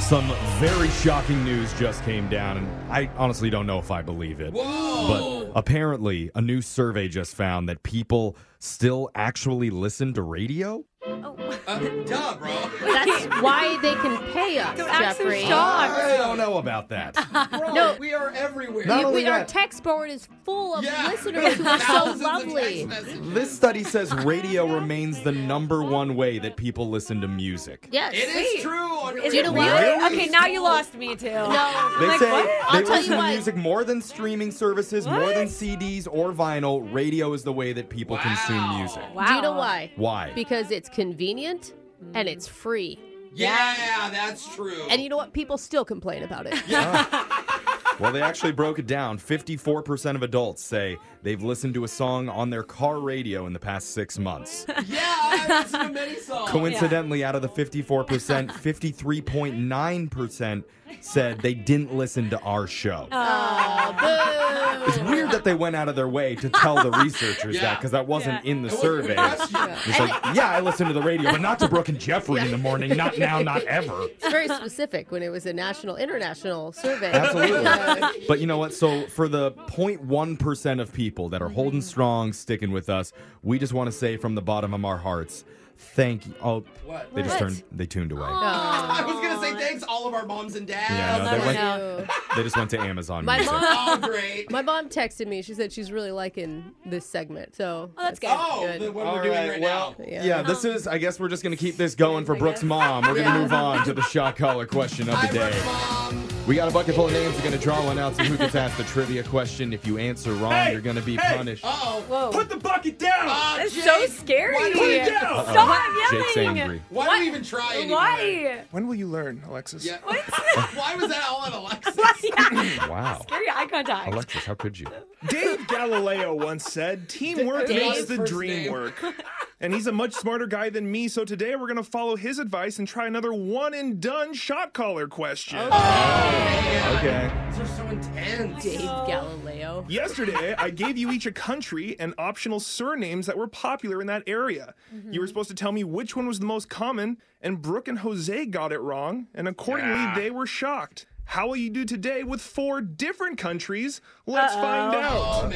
Some very shocking news just came down, and I honestly don't know if I believe it. Whoa! But apparently, a new survey just found that people still actually listen to radio. Uh, duh, bro. That's why they can pay us, Jeffrey. I don't know about that. Bro, No. we are everywhere. Not We- only we- our that, text board is full of Yeah. listeners who are so Thousands of lovely. text messages. this study says radio remains the number one way that people listen to music. Yes. It is true. on Is it radio. really? Really? Okay, now you lost me too. No. They Like, say what? they I'll tell you listen to what. music more than streaming services, more What? than CDs or vinyl. Radio is the way that people consume music. Wow. Do you know why? Why? Because it's convenient and it's free. Yeah, that's true. And you know what? People still complain about it. Well, they actually broke it down. 54% of adults say they've listened to a song on their car radio in the past six months. Oh, yeah, I listen to many songs. Coincidentally, out of the 54%, 53.9% said they didn't listen to our show. Aw, boo. It's weird that they went out of their way to tell the researchers Yeah. that because that wasn't Yeah. in the It was survey. impressive. It's like, yeah, I listen to the radio, but not to Brooke and Jeffrey in the morning. Not now, not ever. It's very specific when it was a national, international survey. Absolutely. but you know what? So for the 0.1% of people that are holding strong, sticking with us, we just want to say from the bottom of our hearts, thank you. Oh, What? they just What? Oh, turned, they tuned away. I was gonna say thanks, all of our moms and dads. Yeah, no, they, I went, know. they just went to Amazon My Music. mom, Oh, great. my mom texted me. She said she's really liking this segment. So Oh, that's good. Oh, the- what we're doing right, now. yeah. Yeah. this is. I guess we're just gonna keep this going for Brooke's mom. We're gonna move on to the shot collar question of the Hi, day. Brooke, mom. We got a bucket full of names. We're going to draw one out. See who gets asked the trivia question. If you answer wrong, Hey, you're going to be hey. punished. Oh, Whoa. Put the bucket down. Ah, That's Jake, so scary. Why do we, down. Uh-oh. Stop Jake's yelling. angry. why do we even try anymore? Why? When will you learn, Alexis? Yeah. What? Why was that all on Alexis? Wow. Scary eye contact. Alexis, how could you? Dave Galileo once said, "Teamwork Dave. makes the First dream name. work." And he's a much smarter guy than me, so today we're gonna follow his advice and try another one and done shot caller question. Oh, Oh, Okay. These are so intense. Dave Galileo. Yesterday, I gave you each a country and optional surnames that were popular in that area. You were Mm-hmm. supposed to tell me which one was the most common, and Brooke and Jose got it wrong, and accordingly, they were shocked. How will you do today with four different countries? Let's find Oh out.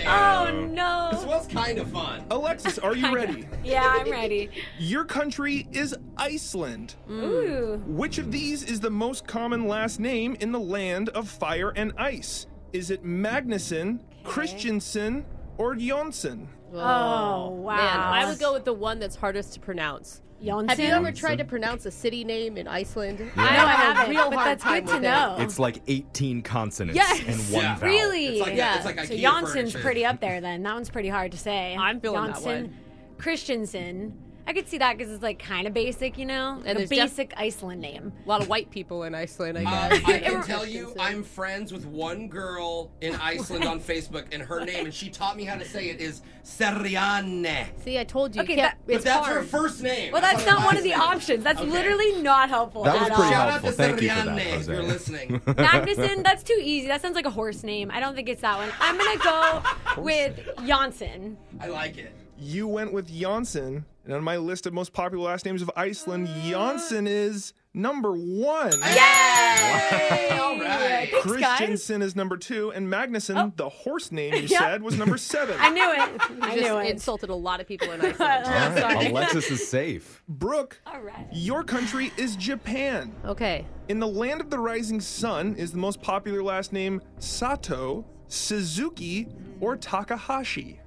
man. Oh This no. was kind of fun. Alexis, are you ready? Yeah, I'm ready. Your country is Iceland. Ooh. Which of these is the most common last name in the land of fire and ice? Is it Magnuson, Christensen, or Jonsson? Oh wow. Man, I would go with the one that's hardest to pronounce. Yonsen. Have you ever tried to pronounce a city name in Iceland? I I know know I have a haven't, real but hard that's time good to with it. know. It's like 18 consonants Oh. Yes. and one Yeah. vowel. Really? It's like Yeah. it's like So IKEA Janssen's furniture. pretty up there then. That one's pretty hard to say. I'm feeling that one. Christensen. I could see that because it's like kind of basic, you know? And And the there's def- basic Iceland name. A lot of white people in Iceland, I Uh, guess. I can tell you, I'm friends with one girl in Iceland on Facebook, and her name, and she taught me how to say it is Serianne. See, I told you. Okay, you can't, that- But it's that's hard. her first name. Well, that's her not one of last the name. options. That's Okay. literally not helpful That was at pretty all. Shout helpful. out to Thank you for that, Serianne if Jose. you're listening. Magnuson, that's too easy. That sounds like a horse name. I don't think it's that one. I'm going to go with Janssen. I like it. You went with Jonsson, and on my list of most popular last names of Iceland, Uh. Jonsson is number one. Yay! All right. Thanks, guys. Christensen is number two, and Magnuson, the horse name you Yeah. said, was number seven. Oh. I knew it. I Just knew it. insulted a lot of people in Iceland. All right, Sorry. Alexis is safe. Brooke, All right. your country is Japan. okay. In the land of the rising sun is the most popular last name Sato, Suzuki, or Takahashi.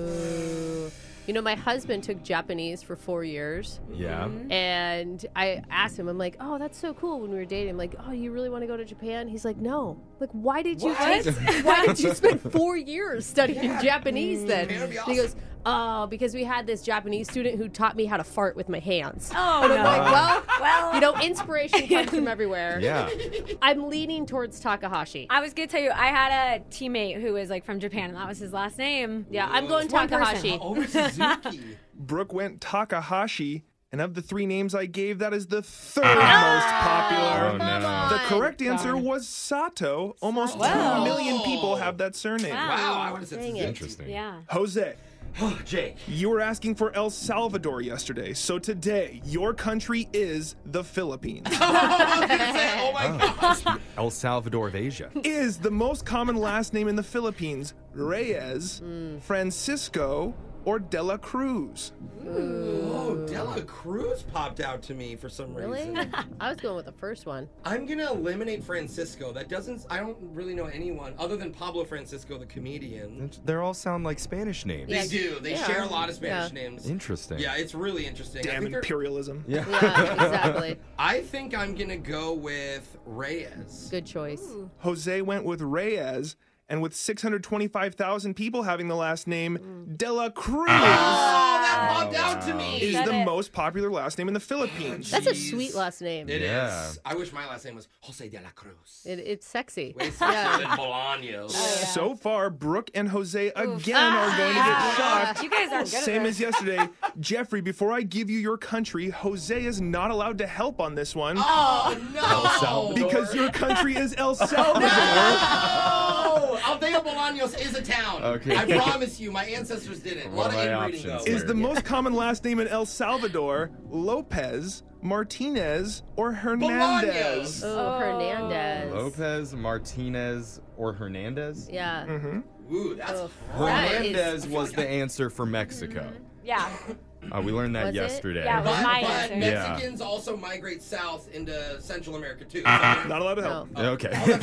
Ooh. You know, my husband took Japanese for four years, Yeah. Mm-hmm. and I asked him, I'm like, oh, that's so cool when we were dating. I'm like, oh, you really want to go to Japan? He's like, no. Like, why did you What? take, why did you spend four years studying Japanese then? Japan would Mm. be And He goes, oh, because we had this Japanese student who taught me how to fart with my hands. Oh, And I'm no. like, well, Well, you know, inspiration comes from everywhere. Yeah. I'm leaning towards Takahashi. I was gonna tell you, I had a teammate who was like from Japan, and that was his last name. yeah, I'm going One person. Takahashi. Over Suzuki. Brooke went Takahashi, and of the three names I gave, that is the third most popular. Oh, no. The correct answer was Sato. Almost 2 Wow. million people have that surname. Wow. Wow, I would have said Dang Suzuki. it. Interesting. Yeah. Jose, Oh, Jake. You were asking for El Salvador yesterday, so today your country is the Philippines. I was gonna say, oh my god. El Salvador of Asia. is the most common last name in the Philippines Reyes, Mm. Francisco, or De La Cruz? Oh, Dela Cruz popped out to me for some Really? reason. I was going with the first one. I'm gonna eliminate Francisco. That doesn't. I don't really know anyone other than Pablo Francisco, the comedian. They all sound like Spanish names. They do. They Yeah. share a lot of Spanish Yeah. names. Interesting. Yeah, it's really interesting. I Damn think, they're- imperialism. Yeah. Yeah, exactly. I think I'm gonna go with Reyes. Good choice. Jose went with Reyes, and with 625,000 people having the last name, De La Cruz Oh, Mm. that popped out to me. is Got the it. most popular last name in the Philippines. That's a Jeez. sweet last name. It is. Yeah. I wish my last name was Jose de la Cruz. It, it's sexy. Way Yeah. sexier than Bolaños. Oh, So far, Brooke and Jose again are going to get shocked. Ah! You guys are good at Same this. as yesterday. Jeffrey, before I give you your country, Jose is not allowed to help on this one Oh no! Salvador. because your country is Oh, El Salvador. Oh, Aldea Bolaños is a town. Okay. I promise you, my ancestors did it. A What lot of are my inbreeding options though. is the most common last name in El Salvador Lopez, Martinez, or Hernandez? Bolaños. Oh, Hernandez. Lopez, Martinez, or Hernandez? Yeah. Mm-hmm. Ooh, that's Oof. hard. That is- Hernandez was the answer for Mexico. Yeah. Uh, we learned that Was it? yesterday. Yeah, well- But, My but answer. Mexicans also migrate south into Central America too. Uh-huh. So- Not allowed to help. Okay. That's right. I'm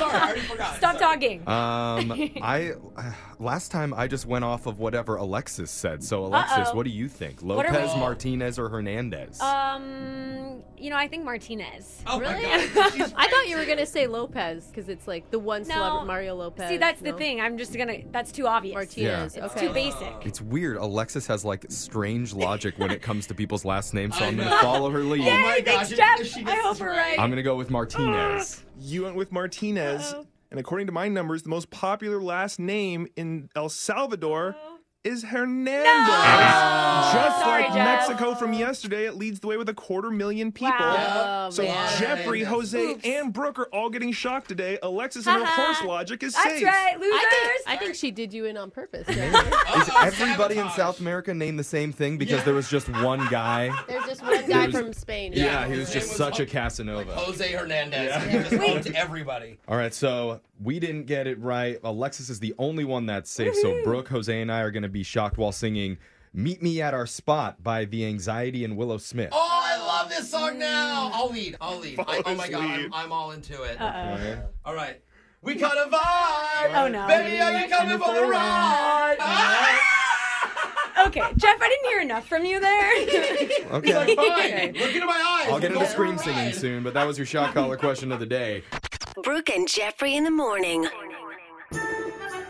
sorry. I already forgot. Stop Sorry. talking. Um, I uh, last time I just went off of whatever Alexis said. So Alexis, Uh-oh. what do you think? are Lopez, we- Martinez, or Hernandez? Um, you know, I think Martinez. Oh my Really? God. She's I thought you were crazy. gonna say Lopez because it's like the one celebrity Mario Lopez. See, that's no? the thing. I'm just gonna. That's too obvious. Martinez. Yeah. It's Okay. too basic. it's weird. Alexis has like strange logic when it comes to people's last names, so I I'm gonna know. follow her lead. Oh my Yay, thanks, gosh, if- Jeff. if she I gets hope this we're right. right. I'm gonna go with Martinez. You went with Martinez, and according to my numbers, the most popular last name in El Salvador is Hernandez. Just Sorry, like Jeff. Mexico from yesterday, it leads the way with a quarter million people. Oh, Wow. So man. Jeffrey, Jose, and Brooke are all getting shocked today. Alexis and her Ha-ha. horse logic is That's safe. right, losers. I think, I think she did you in on purpose. yeah. Is Uh-oh, everybody in Oh, sabotage. South America named the same thing because Yeah. there was just one guy? There's just one guy was- from Spain. Yeah, Yeah, he was his just name was such a Hulk- Casanova. Jose Hernandez. He just owed to everybody. All right, so we didn't get it right. Alexis is the only one that's safe. So Brooke, Jose, and I are going to be shocked while singing "Meet Me at Our Spot" by The Anxiety and Willow Smith. Oh, I love this song now. I'll lead. I'll lead. I, oh his my god, I'm, lead. I'm all into it. Okay. All right. We got a vibe. Oh, no. Baby, are you coming for the ride? Ah! Okay, Jeff, I didn't hear enough from you there. Okay. Fine. Look into my eyes. I'll get into We're going scream for a singing ride. soon, but that was your shock collar question of the day. Brooke and Jeffrey in the morning.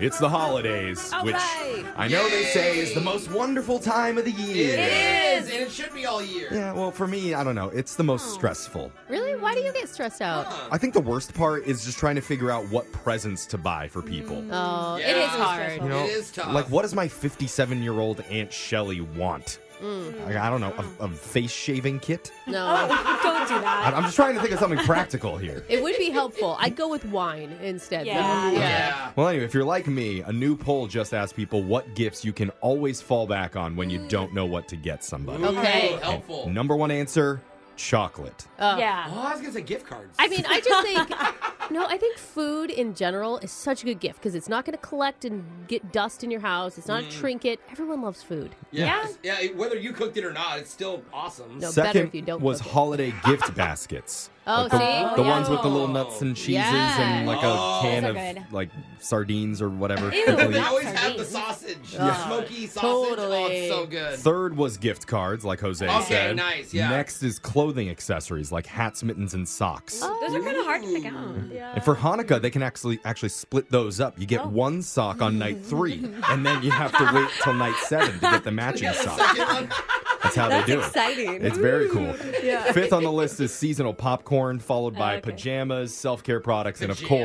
It's the holidays, All which right. I know they say is Yay. the most wonderful time of the year. It is, and it should be all year. Yeah, well, for me, I don't know. It's the most stressful. Really? Why do you get stressed out? I think the worst part is just trying to figure out what presents to buy for people. Oh, it Yeah. is hard. You know, It is tough. Like, what does my 57 year old Aunt Shelly want? Like, I don't know, a, a face shaving kit? No, Oh, Don't do I- that. I'm just trying to think of something practical here. it would be helpful. I'd go with wine instead. though. Yeah. Yeah. Well, anyway, if you're like me, a new poll just asked people what gifts you can always fall back on when you don't know what to get somebody. Okay. Ooh, helpful. Number one answer chocolate. Uh, Yeah. Oh, I was gonna say gift cards. I mean, I just think no. I think food in general is such a good gift because it's not going to collect and get dust in your house. It's Mm. not a trinket. Everyone loves food. yeah, yeah. it- Whether you cooked it or not, it's still awesome. No. better Second if you don't was cook it. holiday gift baskets. Oh, the, see? the Yeah. ones with the little nuts and cheeses and Yeah. like Oh. a can Those of are good. like sardines or whatever. Ew. Pickle- They Not always have the sardines. sausage, Yeah. smoky sausage. Oh, it's Totally. so good. Third was gift cards, like Jose Okay, said. nice, yeah. Next is clothing accessories like hats, mittens, and socks. Oh, Those are kind of hard to pick out. And for Hanukkah, they can actually actually split those up. You get Oh. one sock on night three, and then you have to wait till night seven to get the matching sock. Second one, That's how they do it. exciting. It's very cool. Fifth on the list is seasonal popcorn, followed by Okay. pajamas, self care products, and of Pajamas.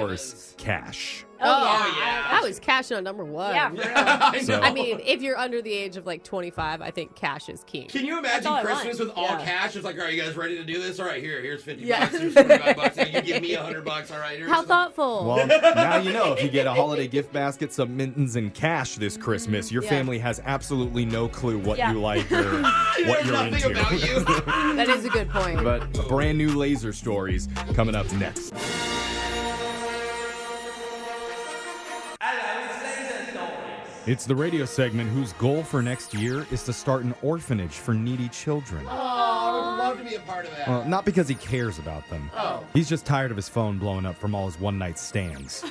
course, cash. Oh, yeah. I was cashing on number one. Yeah, for real. I So- know. I mean, if you're under the age of like 25, I think cash is king. Can you That's imagine all I want. Christmas with all Yeah. cash? It's like, all right, you guys ready to do this? All right, here, here's 50 Yeah. bucks, here's 25 bucks. Now you give me 100 bucks, all right? Here's How some- Oh. thoughtful. Well, now you know if you get a holiday gift basket, some mittens, and cash this Christmas, your Yeah. family has absolutely no clue what Mm-hmm. Yeah. you like or You know what you're nothing into. about you. that is a good point. But brand new laser stories coming up next. It's the radio segment whose goal for next year is to start an orphanage for needy children. I would love to be a part of that. Well, not because he cares about them. Oh. He's just tired of his phone blowing up from all his one night stands.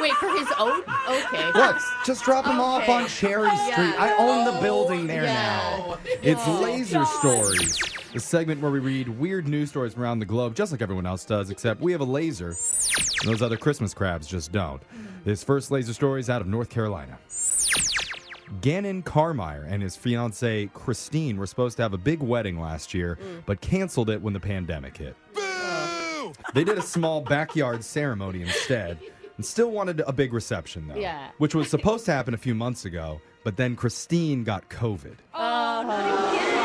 Wait, for his own? Okay. Look, just drop him off Okay. Oh, on Cherry Street. I own the building there now. It's Laser Stories, the segment where we read weird news stories from around the globe, just like everyone else does, except we have a laser. And those other Christmas crabs just don't. This first laser story is out of North Carolina. Gannon Carmire and his fiancee Christine were supposed to have a big wedding last year, Mm. but canceled it when the pandemic hit. They did a small backyard ceremony instead and still wanted a big reception, though. Yeah. Which was supposed to happen a few months ago, but then Christine got COVID. Oh, no, you kidding.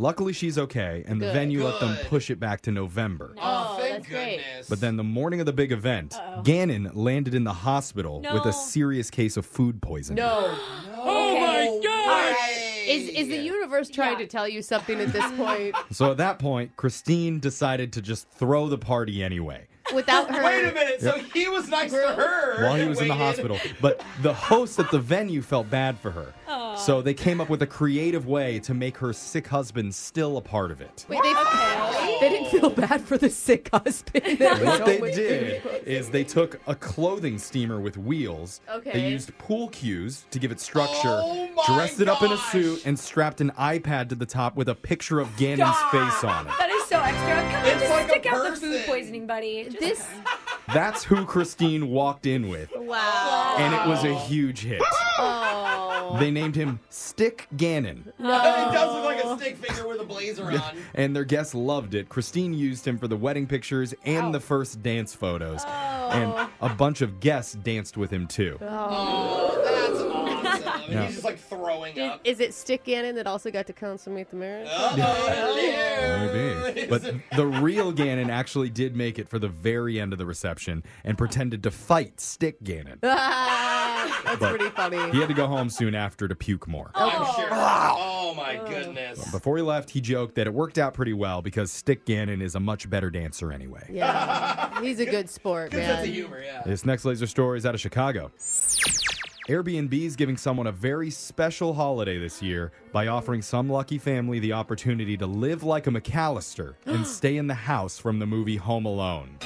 Luckily, she's okay, and the Good. venue let them Good. push it back to November. Oh, Oh, thank that's great. goodness. But then the morning of the big event, Gannon landed in the hospital with No. a serious case of food poisoning. No. Oh my God! Is, is the universe trying Yeah. to tell you something at this point So at that point, Christine decided to just throw the party anyway. without her? Wait a minute. So he was nice to her while he and was in the waited. hospital. But the host at the venue felt bad for her. So they came up with a creative way to make her sick husband still a part of it. Wait, they, they didn't feel bad for the sick husband. What they did is they took a clothing steamer with wheels. They Okay. used pool cues to give it structure, Oh my dressed it up in a gosh. suit, and strapped an iPad to the top with a picture of Gannon's face on it. That is so extra. Come on, It's just like a stick out the food person. poisoning, buddy. Just- This. That's who Christine walked in with, Wow. and it was a huge hit. They named him Stick Gannon. It does look like a stick figure with a blazer on. and their guests loved it. Christine used him for the wedding pictures and the first dance photos. Oh. And a bunch of guests danced with him too. Oh, that's awesome. I mean, Yeah. He's just like throwing Did, up. is it Stick Gannon that also got to consummate the marriage? Oh, Maybe. But the real Gannon actually did make it for the very end of the reception and pretended to fight Stick Gannon. Ah, that's pretty funny. He had to go home soon after to puke more. I'm sure. Oh my goodness. Before he left, he joked that it worked out pretty well because Stick Gannon is a much better dancer anyway. Yeah, he's a good sport, Good sense of man. humor, yeah. This next laser story is out of Chicago. Airbnb is giving someone a very special holiday this year by offering some lucky family the opportunity to live like a McAllister and stay in the house from the movie Home Alone.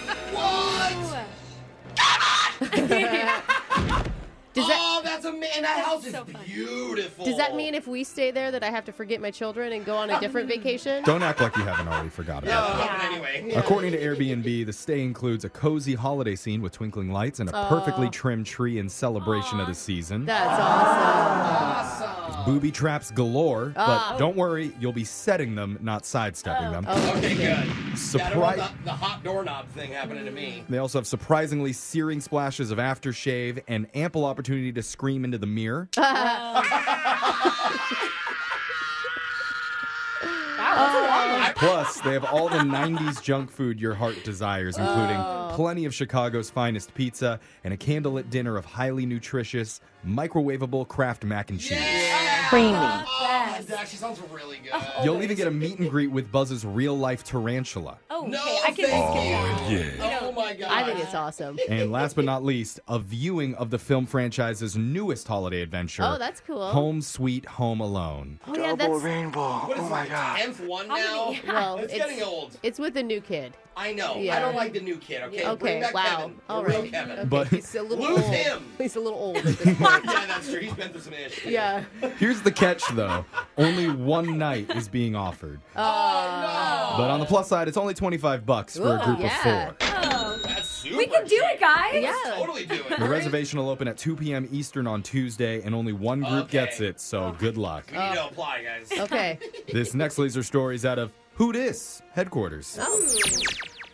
Does that oh, that's amazing. That house is so fun. beautiful. does that mean if we stay there that I have to forget my children and go on a different vacation? Don't act like you haven't already forgot No, about that. but anyway. According to Airbnb, the stay includes a cozy holiday scene with twinkling lights and a perfectly trimmed tree in celebration of the season. That's awesome. Booby traps galore, but don't worry, you'll be setting them, not sidestepping them. Oh, Okay, good. I don't want Surprise. the, the hot doorknob thing happening to me. They also have surprisingly searing splashes of aftershave and ample opportunity to scream into the mirror. Uh, Plus, they have all the 90s junk food your heart desires, including Oh. plenty of Chicago's finest pizza and a candlelit dinner of highly nutritious, microwavable Kraft mac and cheese. Creamy. Oh, that actually sounds really Oh, good. You'll even get a meet and greet with Buzz's real life tarantula. Oh, okay. No, I can thank skip that. you. Oh my god. I think it's awesome. And last but not least, a viewing of the film franchise's newest holiday adventure. Oh, that's cool. Home Sweet Home Alone. Oh yeah, that's What is oh my god. Tenth one now. many- well, it's, getting old. It's with a new kid. I know. I Yeah. don't like the new kid. Okay. Bring Okay, back wow. Kevin. All The real right. Kevin. Okay, But- he's a little Lose old. him. He's a little old at this point. yeah, that's true. He's been through some issues. Oh, yeah. Here's the catch, though. Only one night is being offered. Uh, Oh, But on the plus side, it's only 25 bucks for a Ooh, group yeah. of four. that's super. We can do cheap. it, guys. Yeah. Totally do it. The reservation will open at 2 p.m. Eastern on Tuesday, and only one group Okay. gets it, so good luck. We need to apply, guys. Okay. This next laser story is out of Who Dis headquarters.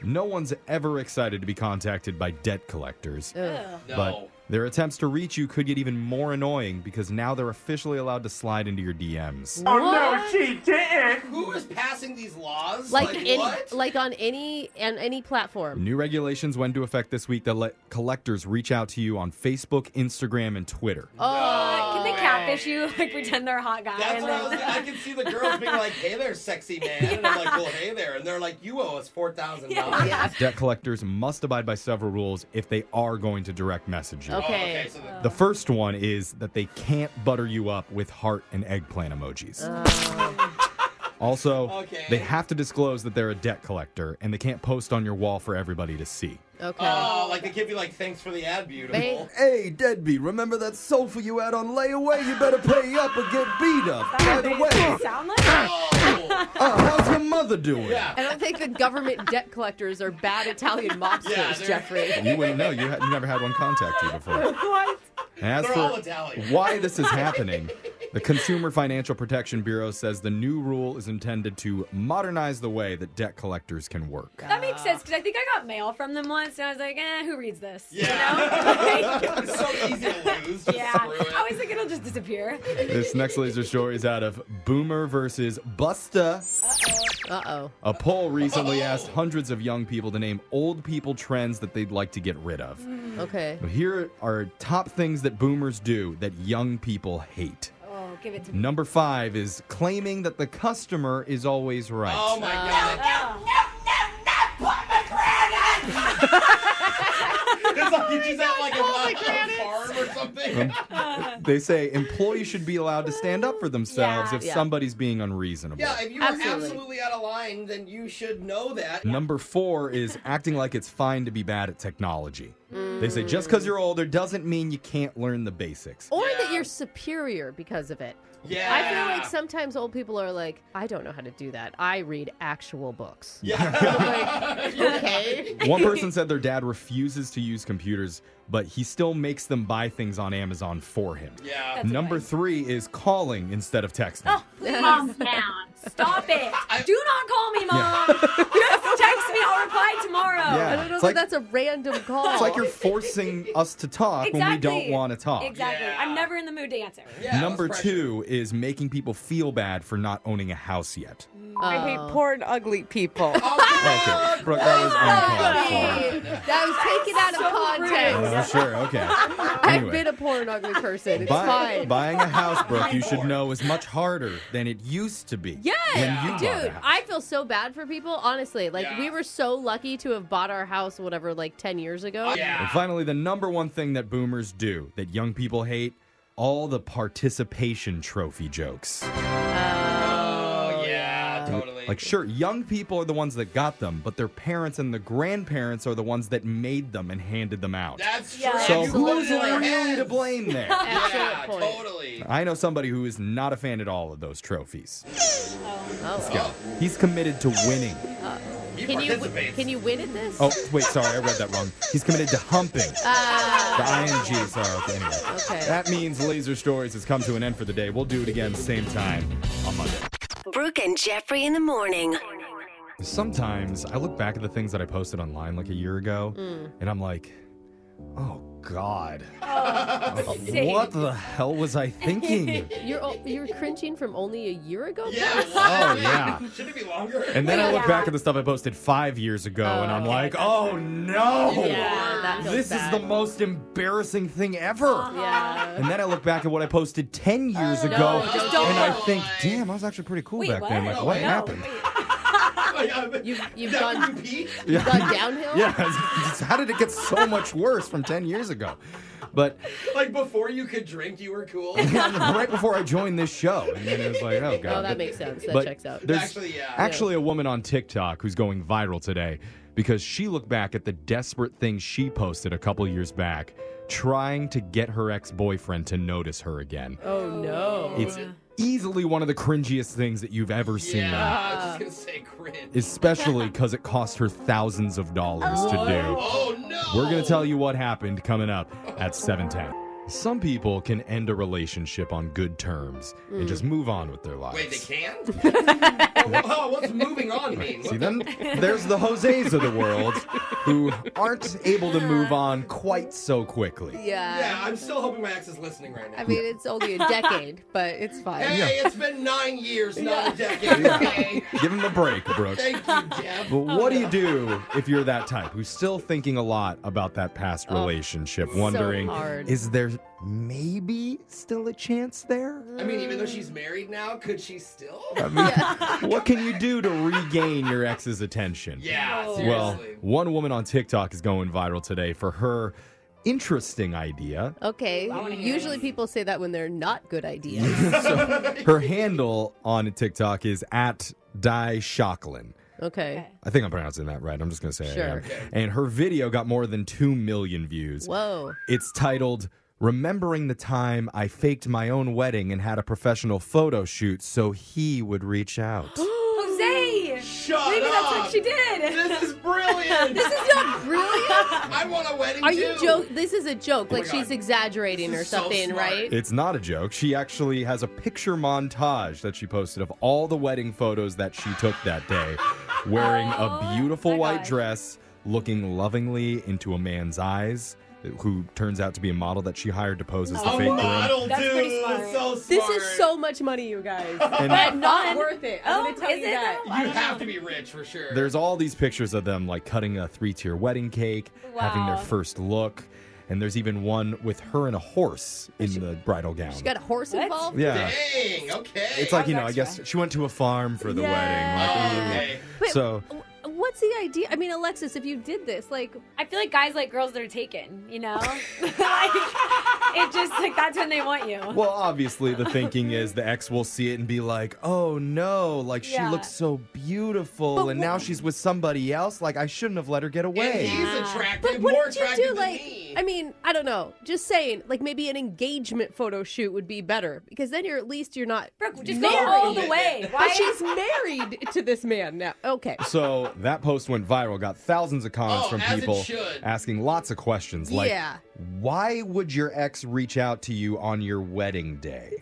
No one's ever excited to be contacted by debt collectors. No. But their attempts to reach you could get even more annoying because now they're officially allowed to slide into your DMs. Who is passing these laws? Like, any, what? like on any and any platform. New regulations went into effect this week that let collectors reach out to you on Facebook, Instagram, and Twitter. Uh, can they catfish you? Like pretend they're a hot guy. That's and what I then, was. Gonna, I can see the girls being like, "Hey there, sexy man," and I'm like, "Well, hey there," and they're like, "You owe us four thousand dollars." Debt collectors must abide by several rules if they are going to direct message you. Okay. Okay, so the, The first one is that they can't butter you up with heart and eggplant emojis. Also, Okay. they have to disclose that they're a debt collector and they can't post on your wall for everybody to see. Okay. oh, like they can't be like, "Thanks for the ad, beautiful." Wait. Hey, Deadbeat, remember that sofa you had on layaway? You better pay up or get beat up. By the way, sound like? Oh, how's your mother doing? yeah. I don't think the government debt collectors are bad Italian mobsters, Yeah, they're- Jeffrey. You wouldn't know. You, had, you never had one contact you before. What? And as They're for all Italian. why this is happening, the Consumer Financial Protection Bureau says the new rule is intended to modernize the way that debt collectors can work. That makes sense because I think I got mail from them once, and I was like, eh, who reads this? Yeah. it's so easy to lose. Just Yeah. screw it. I always think it'll just disappear. This next laser story is out of Boomer versus Busta. Uh oh. A poll recently Oh. asked hundreds of young people to name old people trends that they'd like to get rid of. Okay. Here are top things that boomers do that young people hate. Oh, give it to me. Number five is claiming that the customer is always right. Oh my god. Oh. It's like you just have like a, a farm or something. They say employees should be allowed to stand up for themselves Yeah. if Yeah. somebody's being unreasonable. Yeah, if you are Absolutely. absolutely. out of line, then you should know that. Number four is acting like it's fine to be bad at technology. They say just because you're older doesn't mean you can't learn the basics. Or that Yeah. you're superior because of it. Yeah. I feel like sometimes old people are like, I don't know how to do that. I read actual books. Like, okay. One person said their dad refuses to use computers, but he still makes them buy things on Amazon for him. Yeah. Number three is calling instead of texting. Mom down. Oh, Stop it. Do not call me, Mom. Just text me. I'll reply tomorrow. Yeah. I don't know It's that like- that's a random call. It's like you're forcing us to talk when we don't want to talk. Exactly. Yeah. I'm never in the mood to answer. Yeah, Number less two is making people feel bad for not owning a house yet. I Uh, hate poor and ugly people. Okay, Brooke, that was on call. Sorry. That was taken out of context. Oh, sure, okay. I've Anyway. been a poor and ugly person. It's Buy- fine. Buying a house, Brooke, you should know, is much harder than it used to be. Yes, when you bought a dude, house. I feel so bad for people. Honestly, like Yeah. we were so lucky to have bought our house, whatever, like ten years ago. pressure. And Yeah. finally, the number one thing that boomers do that young people hate all the participation trophy jokes. Oh yeah, totally. Like, sure, young people are the ones that got them, but their parents and the grandparents are the ones that made them and handed them out. That's true. Yeah, so, You live who's in our really heads. to blame there? Excellent Yeah, point. totally. I know somebody who is not a fan at all of those trophies. Oh. He's committed to winning. He Can you participates. can you win at this? Oh, wait, sorry, I read that wrong. He's committed to humping. the INGs are okay, anyway. Ah, Okay. That means Laser Stories has come to an end for the day. We'll do it again same time on Monday. Brooke and Jeffrey in the morning. Sometimes I look back at the things that I posted online like a year ago, and I'm like, oh God, Oh, what the hell was I thinking? You're o- you're cringing from only a year ago. Yeah. Brooke? why? Oh, yeah. Should it be longer? And then I look Yeah. back at the stuff I posted five years ago, and I'm like, oh no, Yeah, that feels this is bad. the most embarrassing thing ever. Yeah. And then I look back at what I posted 10 years ago, no, and don't I do it. think, damn, I was actually pretty cool Wait, back what? then. Like, No, what wait. happened? You've, you've done- Yeah. Gone downhill. Yeah, it's- how did it get so much worse from 10 years ago? But Like before you could drink, you were cool. right before I joined this show, and then it was like, oh god. Oh, that makes sense. That But checks out. There's Actually, yeah. actually a woman on TikTok who's going viral today because she looked back at the desperate thing she posted a couple years back, trying to get her ex-boyfriend to notice her again. Oh no. It's easily one of the cringiest things that you've ever seen. Yeah, I was just gonna say cringe. Especially because it cost her thousands of dollars to do. Oh no! We're going to tell you what happened coming up at 710. Some people can end a relationship on good terms and just move on with their lives. Wait, they can? oh, oh, what's moving on mean? See them? There's the Jose's of the world who aren't able to move on quite so quickly. Yeah. Yeah, I'm still hoping my ex is listening right now. I mean, it's only a decade, but it's fine. hey, it's been nine years, not a decade. Okay. Give them a break, Brooks. Thank you, Oh, Jeff. But what do you do if you're that type who's still thinking a lot about that past Oh, relationship, wondering, hard. is there maybe still a chance there? I mean, even though she's married now, could she still? What can you do to regain your ex's attention? Yeah, seriously. Well, one woman on TikTok is going viral today for her interesting idea. Okay. Usually people say that when they're not good ideas. So her handle on TikTok is at Di Shocklin. Okay. I think I'm pronouncing that right. I'm just going to say Sure. I am. And her video got more than 2 million views. Whoa. It's titled Remembering the Time I Faked My Own Wedding and Had a Professional Photo Shoot So He Would Reach Out. Jose! Shut Maybe up. that's what she did. This is brilliant. This is not brilliant. I want a wedding Are too. Oh you joke? This is a joke. my like she's God. exaggerating This or is so something, smart. right? It's not a joke. She actually has a picture montage that she posted of all the wedding photos that she took that day, wearing a Oh, beautiful my white gosh. dress, looking lovingly into a man's eyes, who turns out to be a model that she hired to pose as the A fake groom. model, That's dude. pretty smart. That's so smart. This is so much money, you guys. And- But not Fun. worth it. I'm Oh, gonna tell is you it that. though? You have to be rich for sure. There's all these pictures of them like cutting a three tier wedding cake, having their Wow. first look, and there's even one with her and a horse in the bridal gown. She got a horse What? involved. yeah. Dang. Okay. It's like, you know, I extra. guess she went to a farm for the Yeah. wedding. Like, ooh. Okay. Wait, So- w- what's the idea? I mean, Alexis, if you did this, like, I feel like guys like girls that are taken, you know? like, it just, like, that's when they want you. Well, obviously, the thinking is the ex will see it and be like, oh no, like Yeah. she looks so beautiful and now she's with somebody else. Like, I shouldn't have let her get away. And he's attractive, but more what did you attractive do? than Like, me. I mean, I don't know. Just saying, like maybe an engagement photo shoot would be better because then you're at least you're not. Brooke, just married. go all the way. Why? But she's married to this man now. Okay. So that post went viral, got thousands of comments Oh, from as it people should. asking lots of questions like, Yeah. why would your ex reach out to you on your wedding day?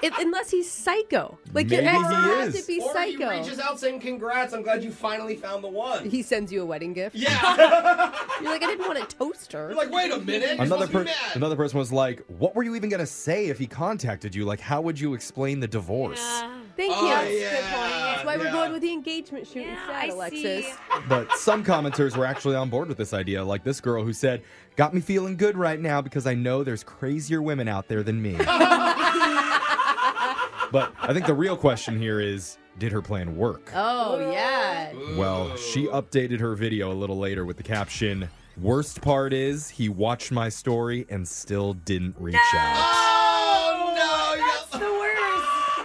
If, unless he's psycho. Like your Maybe ex he has is. to be or psycho. he reaches out saying, "Congrats! I'm glad you finally found the one." He sends you a wedding gift. yeah. You're like, I didn't want a toaster. You're like, wait a minute. You're Another, supposed per- to be mad. another person was like, what were you even going to say if he contacted you? Like, how would you explain the divorce? Yeah. Thank Oh, you. yeah. That's why Yeah. we're going with the engagement shoot Yeah, instead, I see. Alexis. But some commenters were actually on board with this idea, like this girl who said, Got me feeling good right now because I know there's crazier women out there than me. but I think the real question here is did her plan work? Oh yeah. Well, she updated her video a little later with the caption Worst part is he watched my story and still didn't reach out. Oh no! That's the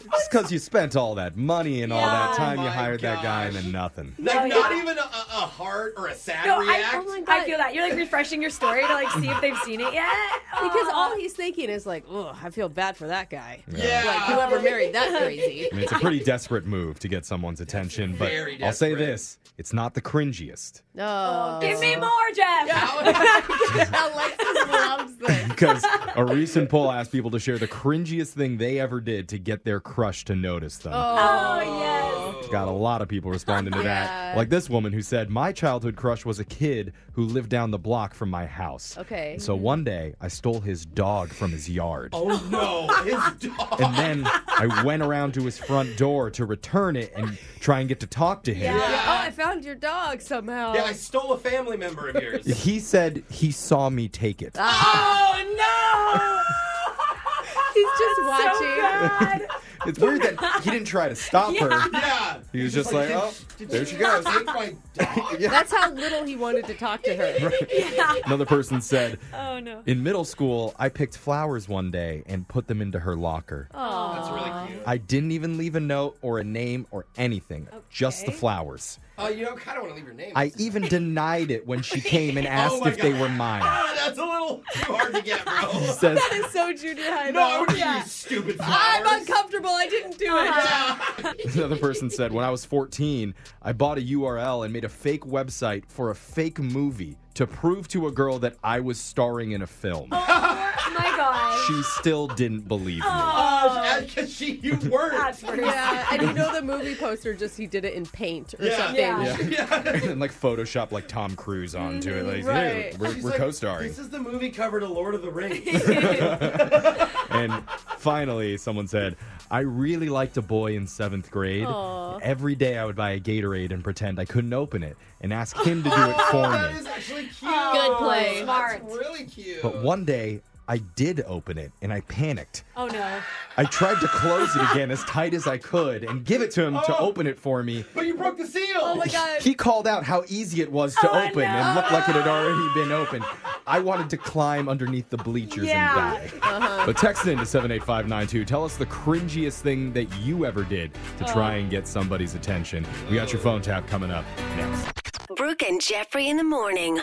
worst. Just because you spent all that money and all that Yeah. time, Oh you my hired that guy and gosh. then nothing. Like, No, not yeah. even a, a a heart or a sad No, I, react. oh my God. I feel that. You're, like, refreshing your story to, like, see if they've seen it yet. Because Oh. all he's thinking is like, oh, I feel bad for that guy. yeah. Like whoever married that crazy. I mean, it's a pretty desperate move to get someone's attention, but Very I'll say desperate. this: it's not the cringiest Oh, Give me more, Jeff. Alexis loves this. because a recent poll asked people to share the cringiest thing they ever did to get their crush to notice them. Oh, yes. Got a lot of people responding to that, Yeah. like this woman who said, "My childhood crush was a kid who lived down the block from my house. Okay. so one day I stole his dog from his yard." Oh no! His dog. And then I went around to his front door to return it and try and get to talk to him. Oh, I found your dog somehow. Yeah, I stole a family member of yours. He said he saw me take it. Oh, Ah. He's just no. watching. So bad. It's weird that he didn't try to stop her. yeah. He was just like, oh, there she goes. Take my dog. That's how little he wanted to talk to her. Another person said, Oh, no. in middle school, I picked flowers one day and put them into her locker. That's really cute. I didn't even leave a note or a name or anything, just the Okay. flowers. Oh, you know, kind of want to leave your name. Oh I even denied it when she came Oh and asked my if they God. were mine. Ah, that's a little too hard to get, bro. Says, That is so junior high. no, I though. would not you stupid flowers. I'm uncomfortable well, I didn't do Another person said, when I was 14, I bought a URL and made a fake website for a fake movie to prove to a girl that I was starring in a film. Oh my god. She still didn't believe me. Oh, because she, you That's weren't. worse. it. Yeah, and you know the movie poster just he did it in paint or Yeah. something. Yeah. Yeah. and then, like, Photoshop, like, Tom Cruise onto it. Like, hey, Right. we're, Mm-hmm. She's we're like, co starring. This is the movie cover to Lord of the Rings. and finally, someone said, I really liked a boy in seventh grade. Every day I would buy a Gatorade and pretend I couldn't open it and ask him to do it for Oh, that me. is actually cute. Good play. Smart. That's really cute. But one day, I did open it and I panicked. Oh no. I tried to close it again as tight as I could and give it to him to Oh. open it for me. But you broke the seal. Oh my god. He called out how easy it was to Oh, open and looked like it had already been opened. I wanted to climb underneath the bleachers Yeah. and die. Uh-huh. But text it into 78592. Tell us the cringiest thing that you ever did to try and get somebody's attention. We got your phone tap coming up next. Brooke and Jeffrey in the morning.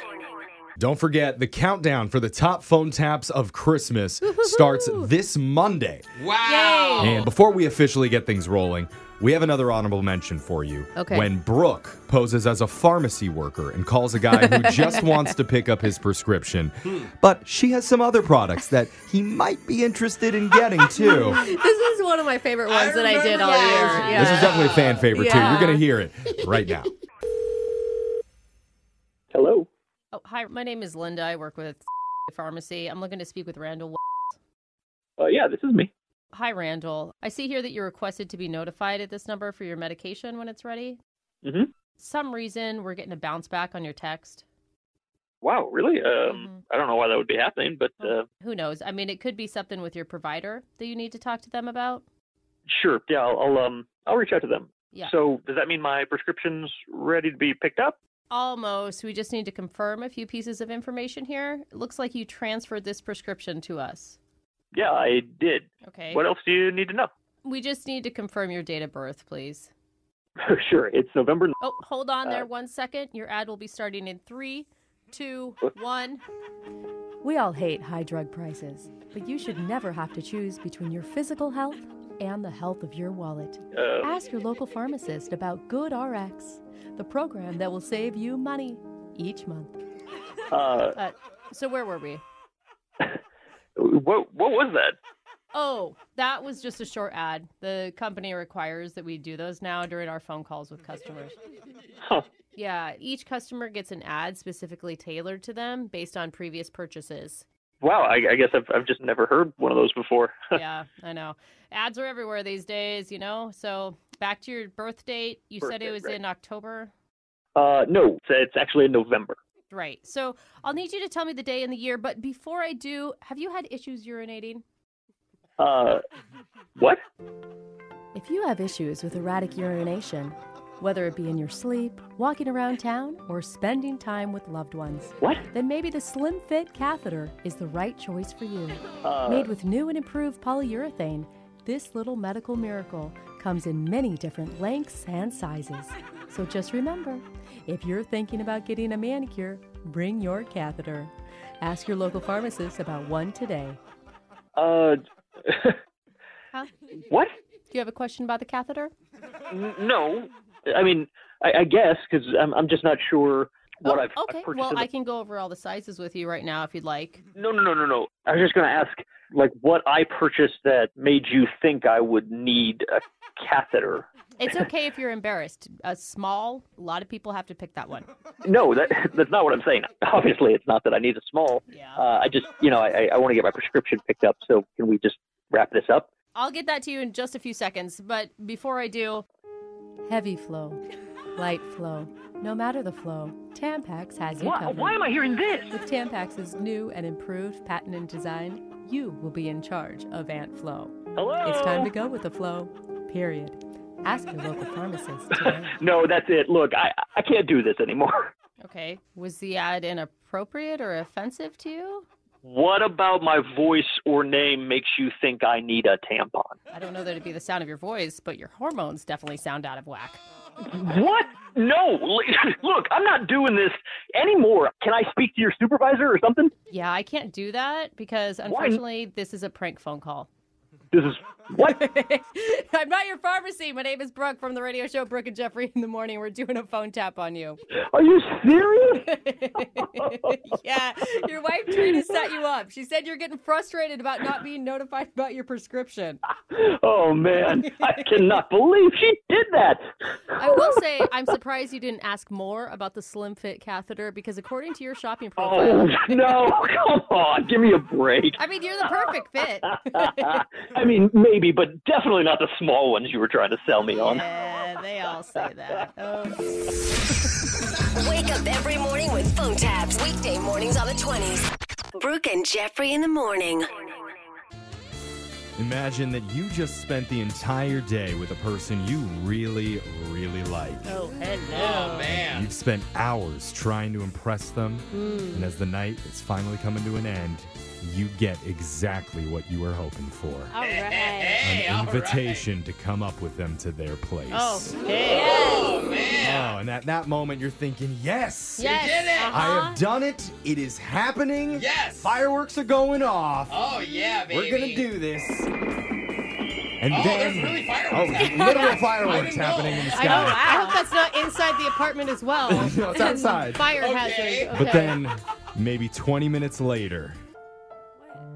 Don't forget, the countdown for the top phone taps of Christmas starts this Monday. Wow. And before we officially get things rolling, we have another honorable mention for you. Okay. When Brooke poses as a pharmacy worker and calls a guy who just wants to pick up his prescription, but she has some other products that he might be interested in getting too. This is one of my favorite ones that I did remember all this. year. Yeah. This is definitely a fan favorite too. You're Yeah. going to hear it right now. Hello. Oh, hi, my name is Linda. I work with pharmacy. I'm looking to speak with Randall. Uh, yeah, this is me. Hi, Randall. I see here that you're requested to be notified at this number for your medication when it's ready. Mm-hmm. Mhm. Some reason we're getting a bounce back on your text. Wow, really? Mm-hmm. Um, I don't know why that would be happening, but uh, Who knows? I mean, it could be something with your provider that you need to talk to them about. sure. Yeah, I'll, I'll um, I'll reach out to them. Yeah. So does that mean my prescription's ready to be picked up? Almost. We just need to confirm a few pieces of information here. It looks like you transferred this prescription to us. Yeah, I did. Okay. What else do you need to know? We just need to confirm your date of birth, please. sure. It's November. Oh, hold on there Uh, one second. Your ad will be starting in three, two, one. We all hate high drug prices, but you should never have to choose between your physical health and the health of your wallet. Uh, Ask your local pharmacist about Good RX, the program that will save you money each month. uh, Uh, so where were we? what what was that? Oh, that was just a short ad. The company requires that we do those now during our phone calls with customers. Huh. Yeah, each customer gets an ad specifically tailored to them based on previous purchases. Wow, I, I guess I've I've just never heard one of those before. yeah, I know. Ads are everywhere these days, you know? So back to your birth date. You Birth said it date, was right. in October. uh, no, it's, it's actually in November. Right. So I'll need you to tell me the day and the year. But before I do, have you had issues urinating? Uh, what? If you have issues with erratic urination, whether it be in your sleep, walking around town, or spending time with loved ones, What? then maybe the Slim Fit catheter is the right choice for you. Uh, Made with new and improved polyurethane, this little medical miracle comes in many different lengths and sizes. So just remember if you're thinking about getting a manicure, bring your catheter. Ask your local pharmacist about one today. uh, Huh? what? Do you have a question about the catheter? N- No, I mean, I, I guess because I'm I'm just not sure what Oh, I've, I've okay. purchased. well, in the- I can go over all the sizes with you right now if you'd like. No, no, no, no, no. I was just going to ask, like, what I purchased that made you think I would need a catheter. It's okay if you're embarrassed. A small, a lot of people have to pick that one. No, that that's not what I'm saying. Obviously, it's not that I need a small. Yeah. Uh, I just, you know, I, I- I want to get my prescription picked up. So can we just wrap this up? I'll get that to you in just a few seconds, but before I do, Heavy flow, light flow, no matter the flow, Tampax has you Why, covered. why am I hearing this? With Tampax's new and improved patented design, you will be in charge of Ant Flow. Hello. It's time to go with the flow, period. Ask your local pharmacist today. No, that's it. Look, I I can't do this anymore. okay, was the ad inappropriate or offensive to you? What about my voice or name makes you think I need a tampon? I don't know that it'd be the sound of your voice, but your hormones definitely sound out of whack. What? No. Look, I'm not doing this anymore. Can I speak to your supervisor or something? Yeah, I can't do that because unfortunately, this is a prank phone call. This is what? I'm not your pharmacy. My name is Brooke from the radio show Brooke and Jeffrey in the morning. We're doing a phone tap on you. Are you serious? yeah, your wife Trina set you up. She said you're getting frustrated about not being notified about your prescription. Oh man, I cannot believe she did that. I will say I'm surprised you didn't ask more about the Slim Fit catheter because according to your shopping profile, Oh no, come on, give me a break. I mean you're the perfect fit. I mean, maybe, but definitely not the small ones you were trying to sell me on. yeah, they all say that. Oh. Wake up every morning with phone tabs. Weekday mornings on the 20s. Brooke and Jeffrey in the morning. Imagine that you just spent the entire day with a person you really, really like. Oh man. You've spent hours trying to impress them, Mm. and as the night is finally coming to an end, you get exactly what you were hoping for. All right. Hey, all An right. invitation to come up with them to their place. Oh, Oh, and at that moment, you're thinking, yes! You Yes. did it. I have done it. It is happening. Uh-huh. Yes. Fireworks are going off. Oh yeah, baby. We're gonna do this. And Oh, then, there's really oh, fireworks. literal fireworks didn't know. Oh, happening in the I, know, sky. I hope that's not inside the apartment as well. No, it's outside. Fire Okay. hazard. Okay. But then, maybe 20 minutes later,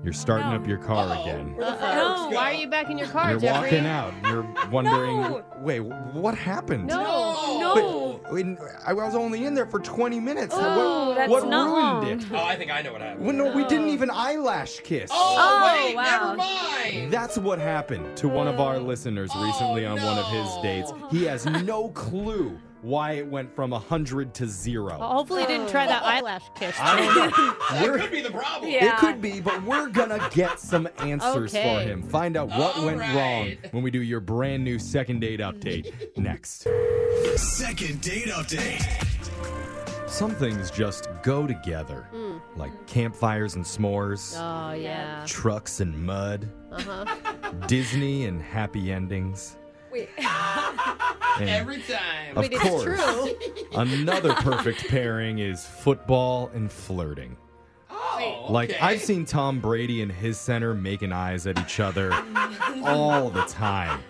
you're starting up your car Uh-oh. again. Where'd the fireworks no, go? why are you back in your car, You're Jeffrey? walking out. and You're wondering, No. wait, what happened? No, No. no. But- when- I was only in there for 20 minutes. Oh, what that's what not ruined it? Oh, I think I know what happened. Well, no, we didn't even eyelash kiss. Uh. Oh, Oh, wait, wow. never mind. That's what happened to one of our listeners recently Oh, on one of his dates. He has no clue why it went from 100 to 0. Hopefully, you didn't try that eyelash kiss. I don't know. Oh. that Oh. We're- could be the problem. Yeah. It could be, but we're going to get some answers Okay. for him. Find out what All went right. wrong when we do your brand new second date update next. Second date update. Some things just go together, like campfires and s'mores, Hmm. Oh, yeah. trucks and mud, Uh-huh. Disney and happy endings. Wait. And Every time. Of course. Another perfect pairing is football and flirting. Oh, Like, okay. I've seen Tom Brady and his center making eyes at each other all the time.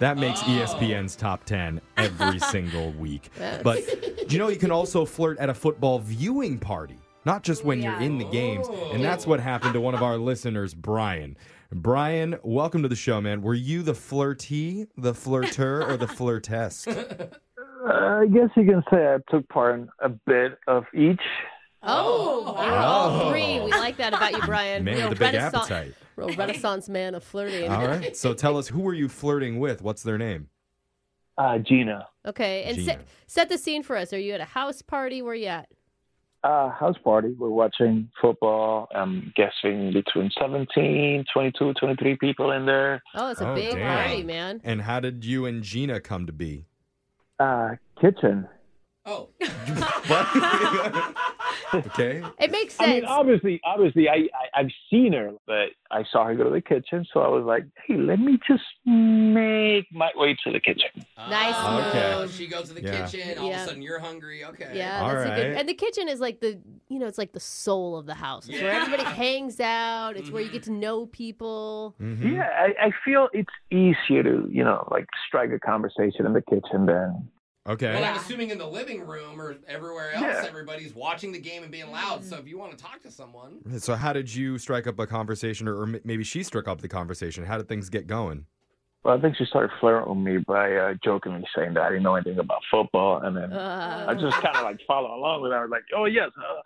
That makes Oh. E ESPN's top 10 every single week. But do you know you can also flirt at a football viewing party, not just when you're in the games. And that's what happened to one of our listeners, Brian. Brian, welcome to the show, man. Were you the flirtee, the flirter, or the flirtest? I guess you can say I took part in a bit of each. Oh, we're all three. We like that about you, Brian. Man Real with a big renaissance- appetite. real Renaissance man of flirting. All right. So tell us, who were you flirting with? What's their name? Uh, Gina, Okay, and set, Gina. set the scene for us. Are you at a house party? Where you at? uh, house party. We're watching football. I'm guessing between 17, 22, 23 people in there. Oh, it's a Oh, big damn. party, man. And how did you and Gina come to be? Uh, kitchen. Oh, okay. It makes I sense. mean, obviously, obviously, I, I I've seen her, but I saw her go to the kitchen, so I was like, hey, let me just make my way to the kitchen. Nice Oh, Ah, Okay. She goes to the Yeah. kitchen. All of Yeah. a sudden, you're hungry. Okay. yeah, All that's a good. right. And the kitchen is like the you know it's like the soul of the house. It's where everybody hangs out. It's where you Mm-hmm. get to know people. Mhm. Yeah, I, I feel it's easier to you know like strike a conversation in the kitchen than Okay. Well, I'm assuming in the living room or everywhere else, Yeah. everybody's watching the game and being loud. So if you want to talk to someone, So, how did you strike up a conversation, or, or m- maybe she struck up the conversation? How did things get going? Well, I think she started flirting with me by uh, jokingly saying that I didn't know anything about football, and then I Uh, just kind of like follow along with her. I was like, "Oh yes, uh,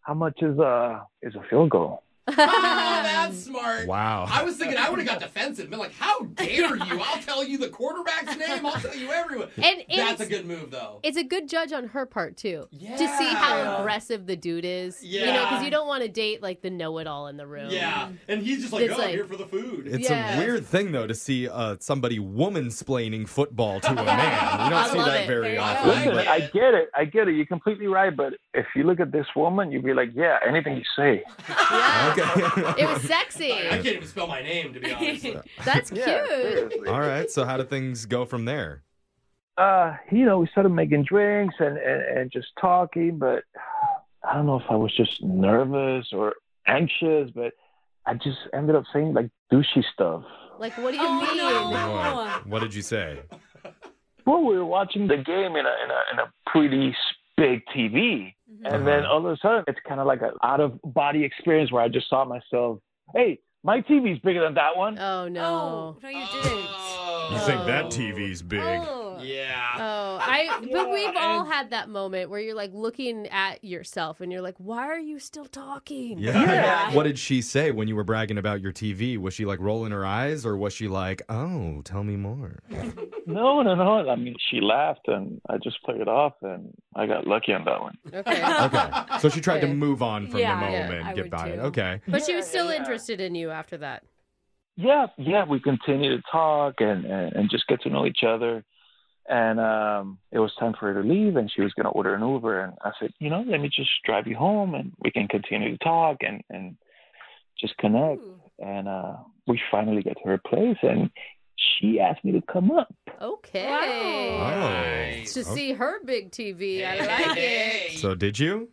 how much is uh is a field goal?" oh, that's smart. Wow. I was thinking I would have got defensive, been like, "How dare you? I'll tell you the quarterback's name. I'll tell you everyone." and it's, That's a good move, though. it's a good judge on her part too, to see Yeah. how aggressive the dude is. You know, Yeah. because you don't want to date like the know-it-all in the room. Yeah, and he's just like, It's "Oh, like- I'm here for the food." It's Yeah. a weird thing, though, to see uh, somebody woman-splaining football to a man. You don't I see love that it. very There you often. go. Listen, get I it. get it, I get it. You're completely right, but if you look at this woman, you'd be like, "Yeah, anything you say." Yeah. Okay. It was sexy. I can't even spell my name to be honest. That's Yeah, cute. seriously. All right. So, how did things go from there? Uh, you know, we started making drinks and, and and just talking, but I don't know if I was just nervous or anxious, but I just ended up saying like douchey stuff. Like, what do you Oh, mean? no. What did you say? Well, we were watching the game in a in a, in a pretty big TV, Mm-hmm. and then Uh-huh. all of a sudden, it's kind of like an out of body experience where I just saw myself. Hey, my TV's bigger than that one. Oh no. No, you didn't. You think that TV's big? Yeah. Oh, I. But we've all had that moment where you're like looking at yourself and you're like, why are you still talking? Yeah. What did she say when you were bragging about your TV? Was she like rolling her eyes or was she like, oh, tell me more? No, no, no. I mean, she laughed, and I just played it off, and I got lucky on that one. Okay. Okay. So she tried to move on from Yeah, the yeah, moment, I get would by it. too. Okay. But she was still interested in you after that. yeah yeah we continued to talk and, and and just get to know each other and um it was time for her to leave and she was going to order an uber and i said you know let me just drive you home and we can continue to talk and and just connect and uh we finally get to her place and she asked me to come up Okay. Oh. To see her big TV. I like it. So did you?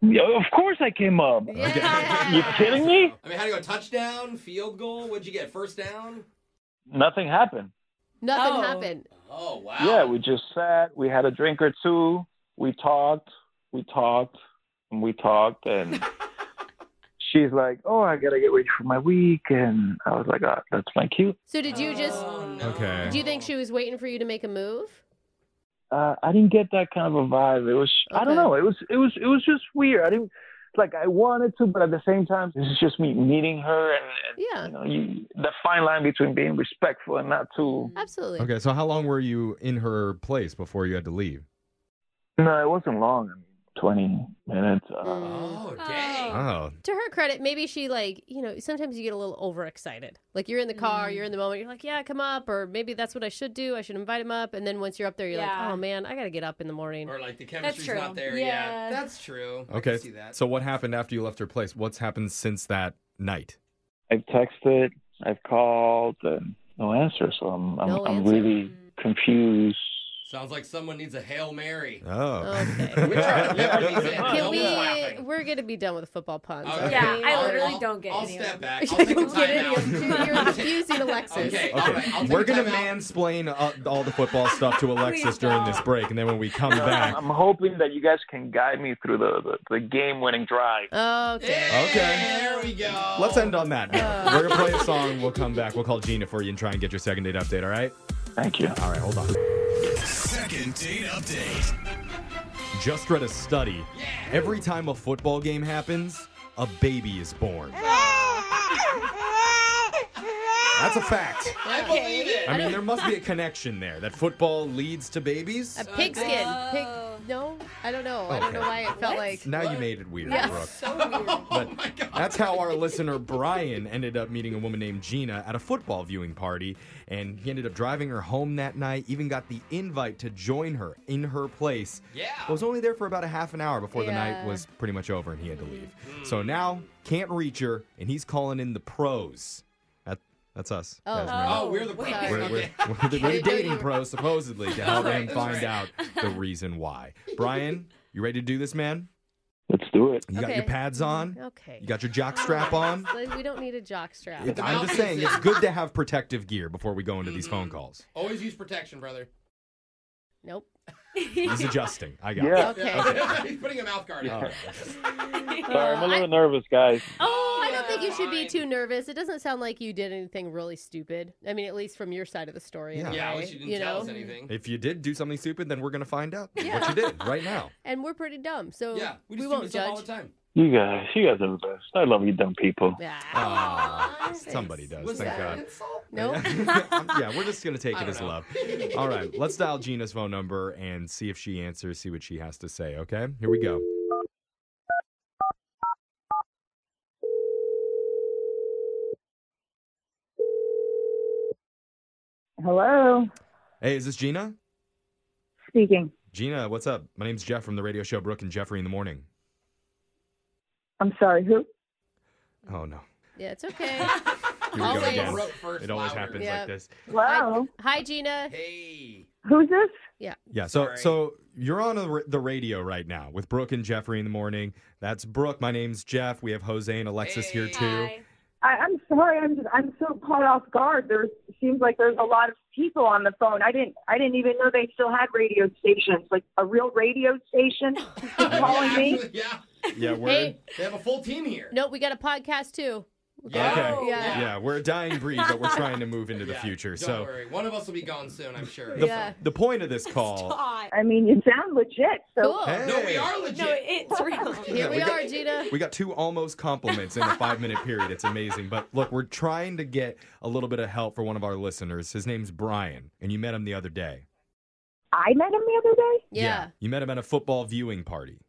Yeah, of course i came up you kidding me I mean, how do you go? Touchdown, field goal. What'd you get? First down. nothing happened Nothing Oh. happened. Oh wow. yeah we just sat we had a drink or two we talked we talked and we talked and she's like oh i gotta get ready for my week and i was like oh, that's my cue So did you just? Oh. Okay. Do you think she was waiting for you to make a move? uh, i didn't get that kind of a vibe it was i don't Okay. know it was it was it was just weird i didn't like i wanted to but at the same time this is just me meeting her and, and Yeah. you know you, the fine line between being respectful and not too Absolutely. Okay. So how long were you in her place before you had to leave? no it wasn't long i mean 20 minutes uh, Oh dang. Oh. To her credit, maybe she like you know sometimes you get a little overexcited. Like you're in the car, Mm. you're in the moment, you're like, yeah, come up, or maybe that's what I should do. I should invite him up, and then once you're up there, you're Yeah. like, oh man, I gotta get up in the morning. Or like the chemistry's true. not there Yeah. yet. That's true. I Okay. can see that. So what happened after you left her place? What's happened since that night? I've texted, I've called, and no answer. So I'm I'm, No I'm answer. really confused. Sounds like someone needs a hail mary. Oh. Okay. Which are never these days. Can Don't be we? laughing. We're gonna be done with the football puns. Okay. Yeah, okay? I I'll- literally I'll- don't get I'll any of them. step back. I'll I take a don't get any of timeout. them. You're confusing Alexis. Okay, all Okay, right. I'll take we're a gonna timeout. mansplain uh, all the football stuff to Alexis during this break, and then when we come back, I'm hoping that you guys can guide me through the, the, the game winning drive. Uh, Okay. Hey, Okay. There we go. let's end on that. note. We're gonna play a song. We'll come back. We'll call Gina for you and try and get your second date update. All right. Thank you. All right. Hold on. Second date update. Just read a study. Every time a football game happens, a baby is born. That's a fact. I believe it. I mean, there must be a connection there that football leads to babies. A pigskin. Pig. Oh. No, I don't know. I don't know Okay. why it felt like. Now you made it weird, Brooke. Oh my god. That's how our listener Brian ended up meeting a woman named Gina at a football viewing party, and he ended up driving her home that night. Even got the invite to join her in her place. Yeah. but was only there for about a half an hour before the night Yeah. was pretty much over, and he had to leave. Hmm. So now can't reach her, and he's calling in the pros. That, that's us. Oh. guys, remember? Oh, we're the Sorry. pros. We're, Okay. we're, we're the, we're the Didn't know dating you were- pros, supposedly, to help him That's find right. out the reason why. Brian, you ready to do this, man? Let's do it. You got your Okay. Mm, pads on? Okay. You got your jock strap on? Like, we don't need a jock strap. It- I'm just saying, it's good to have protective gear before we go into these phone calls. Always use protection, brother. Nope. He's adjusting. I got Yeah. it. Okay. He's putting a mouth guard All on. right. Sorry, I'm a little nervous, guys. Oh, I don't think you should be fine. too nervous. It doesn't sound like you did anything really stupid. I mean, at least from your side of the story. Yeah. anyway, Yeah, at least you didn't you tell know? us anything. If you did do something stupid, then we're going to find out what you did right now. And we're pretty dumb, so Yeah, we we, just do won't this judge. all the time. You guys, you guys are the best. I love you, dumb people. Yeah. Aw, somebody does, Was thank that God. Um, an insult? Nope. yeah, we're just gonna take I it don't as know. love. All right, let's dial Gina's phone number and see if she answers, see what she has to say. Okay, here we go. Hello, Hey, is this Gina? speaking. Gina, what's up? My name's Jeff from the radio show Brooke and Jeffrey in the morning. I'm sorry, who? Oh no, Yeah, it's okay. here we go Always. again. Brooke first, It always louder. happens Yeah. like this. Wow. Hi, Gina. Hey. Who's this? Yeah. So Sorry. so you're on the r- the radio right now with Brooke and Jeffrey in the morning. That's Brooke. My name's Jeff. We have Jose and Alexis here Hey. too. I, I'm sorry. I'm just, I'm so caught off guard. There seems like there's a lot of people on the phone. I didn't I didn't even know they still had radio stations, like a real radio station. calling me. Yeah. Yeah, we're Hey. They have a full team here. Nope, we got a podcast too. okay. Yeah. Yeah. we're a dying breed, but we're trying to move into the future. Don't so worry. One of us will be gone soon, I'm sure. the, the point of this call. I mean, you sound legit. So Cool. Hey. Oh, No, we are legit. No, it's real. Yeah, we we got- are, Gina. We got two almost compliments in a five minute period. It's amazing. But look, we're trying to get a little bit of help for one of our listeners. His name's Brian, and you met him the other day. I met him the other day. You met him at a football viewing party.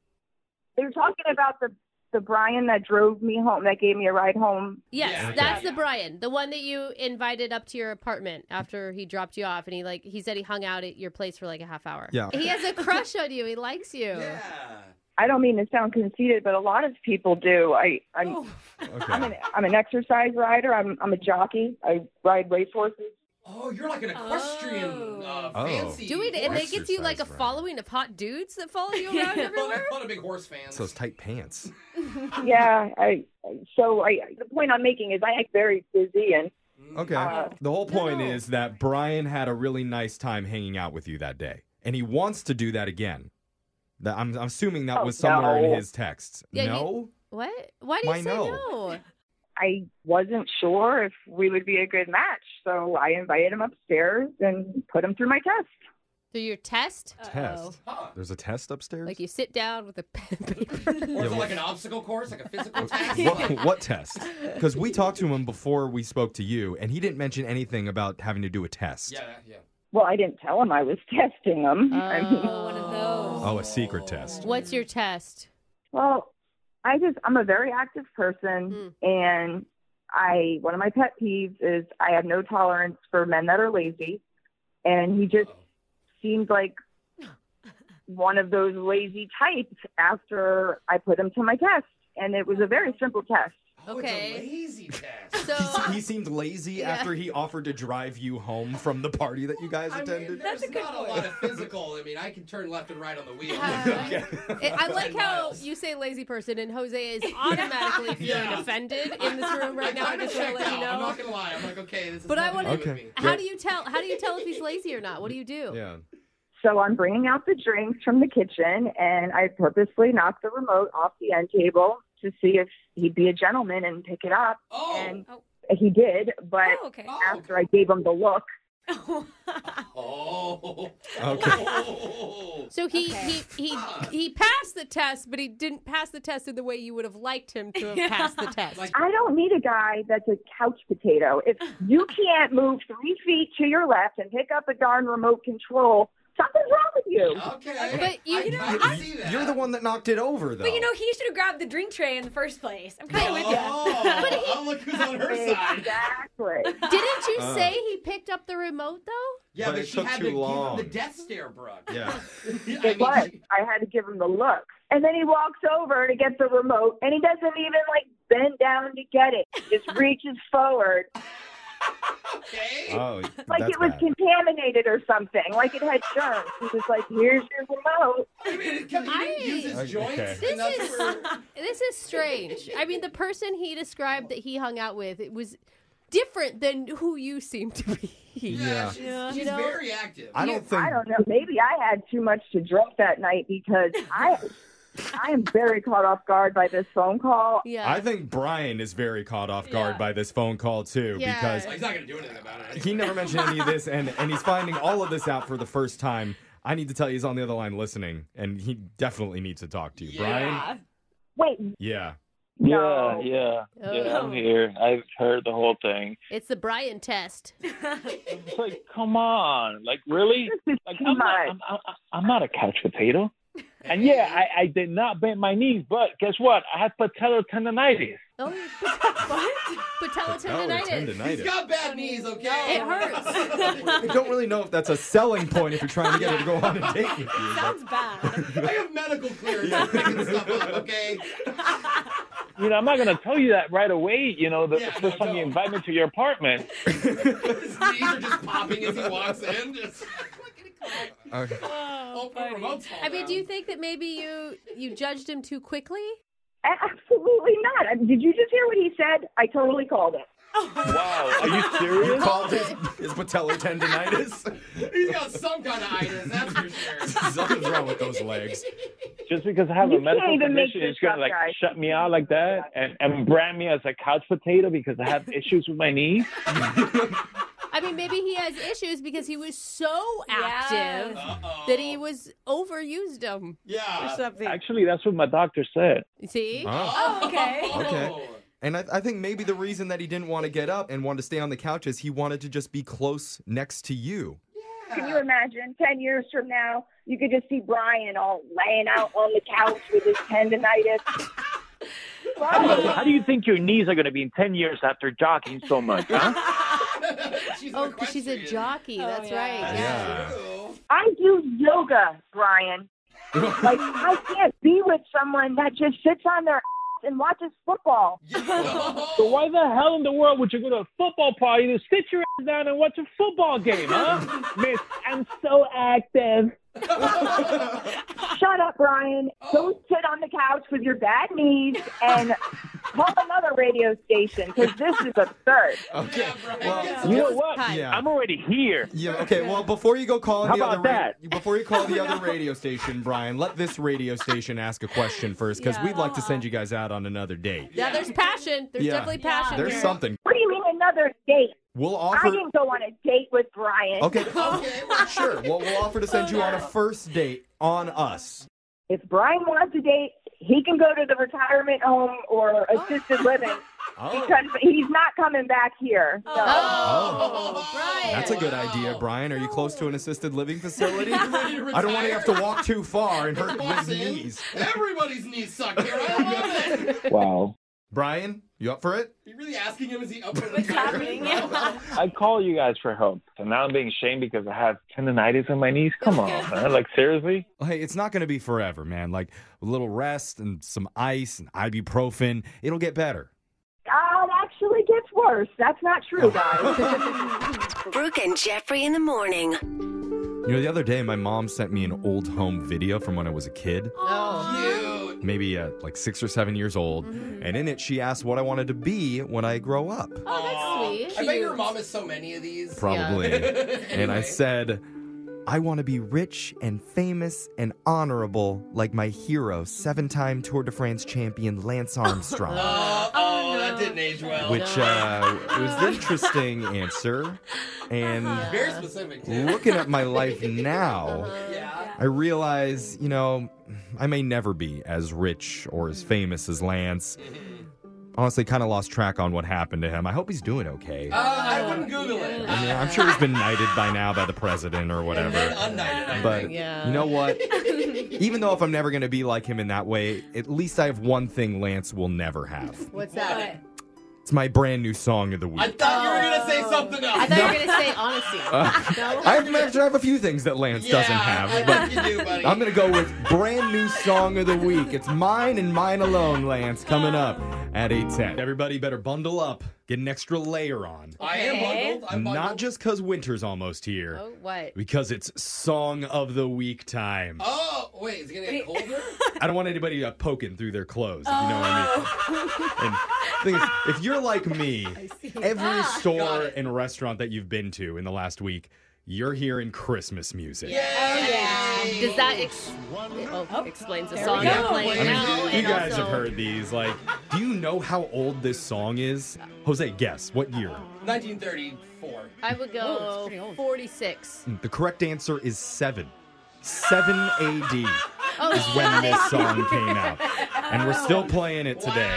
They're talking about the the Brian that drove me home, that gave me a ride home. Yes, Yeah, okay. that's the Brian, the one that you invited up to your apartment after he dropped you off, and he like he said he hung out at your place for like a half hour. Yeah. he has a crush on you. He likes you. I don't mean to sound conceited, but a lot of people do. I I'm Oh. I'm an I'm an exercise rider. I'm I'm a jockey. I ride racehorses. Oh, you're like an equestrian uh, Oh. fancy. Do it, and they horse. get you like a following of hot dudes that follow you around Yeah. everywhere. Not a big horse fan. It's those tight pants. yeah. I so I the point I'm making is I act very busy and Okay. Uh, the whole point is that Brian had a really nice time hanging out with you that day, and he wants to do that again. That I'm, I'm assuming that Oh, was somewhere no. in his text. Yeah, you- no? What? Why do you Why say no? no? I wasn't sure if we would be a good match, so I invited him upstairs and put him through my test. Through your test? Uh-oh. Test. There's a test upstairs? Like you sit down with a pen and paper. Or is it like an obstacle course, like a physical test? what, what test? Because we talked to him before we spoke to you, and he didn't mention anything about having to do a test. Yeah, yeah. Well, I didn't tell him I was testing him. I mean, Oh, one of those. Oh, a secret test. What's your test? well, I just I'm a very active person, Hmm. and I one of my pet peeves is I have no tolerance for men that are lazy, and he just seemed like one of those lazy types. After I put him to my test, and it was a very simple test. okay. Oh, lazy test. So He, he seemed lazy after he offered to drive you home from the party that you guys I mean, attended. there's not a lot of physical. I mean, I can turn left and right on the wheel. it, I like how you say lazy person, and Jose is automatically feeling Yeah. offended in this room right now. I kinda just want to checked let you out. I'm know. not gonna lie. I'm like, okay, this is. But I nothing want to do to. with me. How do you tell? How do you tell if he's lazy or not? What do you do? yeah. So I'm bringing out the drinks from the kitchen, and I purposely knocked the remote off the end table to see if he'd be a gentleman and pick it up. Oh. And he did, but Oh, okay. after I gave him the look, Oh. Okay. So he he he he passed the test, but he didn't pass the test in the way you would have liked him to have passed the test. I don't need a guy that's a couch potato. If you can't move three feet to your left and pick up a darn remote control, something's wrong with you. Okay. But you- I, you know, I I- can see that. You're the one that knocked it over, though. But you know, he should have grabbed the drink tray in the first place. I'm kind of with you. Oh, oh, look who's on her side. Exactly. Didn't you Uh. say he picked up the remote though? Yeah, But but, it she took had too to long. give him the death stare, Brooke. yeah. I It mean, was. she- I had to give him the look. And then he walks over to get the remote, and he doesn't even like bend down to get it. He just reaches forward, okay. Oh, like that's it was bad. contaminated or something, like it had germs. He was like, "Here's your remote." I mean, it comes, he didn't use his Okay. joints. This and that's is- where- This is strange. I mean, the person he described that he hung out with it was different than who you seem to be. yeah, Yeah. she's, Yeah. she's You know? very active. I don't think. I don't know. Maybe I had too much to drink that night because I, I am very caught off guard by this phone call. Yeah. I think Brian is very caught off guard Yeah. by this phone call too, Yeah. because Like, he's not gonna do anything about it. He never mentioned any of this, and, and he's finding all of this out for the first time. I need to tell you, he's on the other line listening, and he definitely needs to talk to you. Brian? Wait, Yeah. No. Yeah, Uh, yeah, yeah. Oh. I'm here. I've heard the whole thing. It's the Brian test. It's like, come on, like really? this is Like too I'm much. not, I'm, I'm, I'm not a couch potato. And yeah, I, I did not bend my knees, but guess what? I had patellar tendonitis. Oh, Patella tendonitis. He's got bad knees, okay? It hurts. I don't really know if that's a selling point if you're trying to get her to go on a date with you. but- Sounds bad. I have medical clearance. I'm making stuff up, okay? You know, I'm not gonna tell you that right away. You know, the, Yeah, the first no, time you no. invite me to your apartment. His knees are just popping as he walks in. Just Okay. oh, my remote's I mean, do you think that maybe you you judged him too quickly? Absolutely not. I- Did you just hear what he said? I totally called it. Wow, are you serious? You called his, his patellar tendonitis? He's got some kind of itis, that's for sure. Something's wrong with those legs. Just because I have You a medical can't even make condition, this it's gonna up, like guys. shut me out like that and, and brand me as a couch potato because I have issues with my knees. I mean, maybe he has issues because he was so active that he was overused them. Yeah. Or something. Actually, that's what my doctor said. See? Wow. Oh, okay. Okay. And I, I think maybe the reason that he didn't want to get up and wanted to stay on the couch is he wanted to just be close next to you. Can you imagine? Ten years from now, you could just see Brian all laying out on the couch with his tendonitis. How do you think your knees are gonna be in ten years after jogging so much, huh? oh, 'cause she's a jockey. That's right. Yeah. I do yoga, Brian. like I can't be with someone that just sits on their ass and watches football. so why the hell in the world would you go to a football party to sit your ass down and watch a football game, huh? Miss, I'm so active. Shut up, Brian. Don't sit on the couch with your bad knees and call another radio station because this is absurd. Okay. well, You know what? I'm already here. Yeah. Okay. Well, before you go calling How the other about ra- before you call the other radio station, Brian, let this radio station ask a question first because we'd like to send you guys out on another date. Yeah, there's passion. There's Yeah. definitely passion. There's here. something. What do you mean another date? We'll I offer. didn't go on a date with Brian. Okay. Sure. Well, we'll offer to send you on a first date on us. If Brian wants a date, he can go to the retirement home or assisted living Oh. because he's not coming back here. So. Oh. That's a good idea, Brian. Are you close to an assisted living facility? I don't want to have to walk too far and hurt his knees. Everybody's knees suck here. I love it. Wow. Brian, you up for it? You really asking him? Is he up for What's happening? I call you guys for help. And now I'm being shamed because I have tendonitis in my knees. Come on, man. Uh, Like seriously? Hey, it's not going to be forever, man. Like a little rest and some ice and ibuprofen, it'll get better. Ah, it actually gets worse. That's not true, guys. Brooke and Jeffrey in the morning. You know, the other day, my mom sent me an old home video from when I was a kid, Oh. maybe uh, like six or seven years old. And in it, she asked what I wanted to be when I grow up. Oh, that's I bet your mom has so many of these. Probably. And I said, I want to be rich and famous and honorable like my hero, seven time Tour de France champion Lance Armstrong. Oh, oh, that didn't age well. Which uh, was an interesting answer. And Very specific, too. looking at my life now, I realize, you know, I may never be as rich or as famous as Lance. Mm-hmm. Honestly, kind of lost track on what happened to him. I hope he's doing okay. Uh, I wouldn't Google it. I mean, I'm sure he's been knighted by now by the president or whatever. But you know what? Even though if I'm never going to be like him in that way, at least I have one thing Lance will never have. What's that? It's my brand new song of the week. I thought you were going to say something else. I thought you were going to say honesty. Uh, I managed to have a few things that Lance doesn't have, but I'm gonna go with brand new song of the week. It's mine and mine alone, Lance. Coming up at 8:10. Everybody better bundle up, get an extra layer on. I am bundled. I'm bundled. Not just because winter's almost here, Oh, what? because it's song of the week time. Oh, wait, is it going to get colder? I don't want anybody uh, poking through their clothes. If you know what I mean. And the thing is, if you're like me, Ah, every store and restaurant that you've been to in the last week, you're hearing Christmas music. Oh, Yeah. Does that ex- oh, explains the song Yeah. you're I playing mean, now? you and guys also- have heard these. Like, do you know how old this song is? Jose, guess what year? 1934. I would go 46. The correct answer is seven. Seven A.D. Oh, is when this shit. song came out, and we're still playing it today.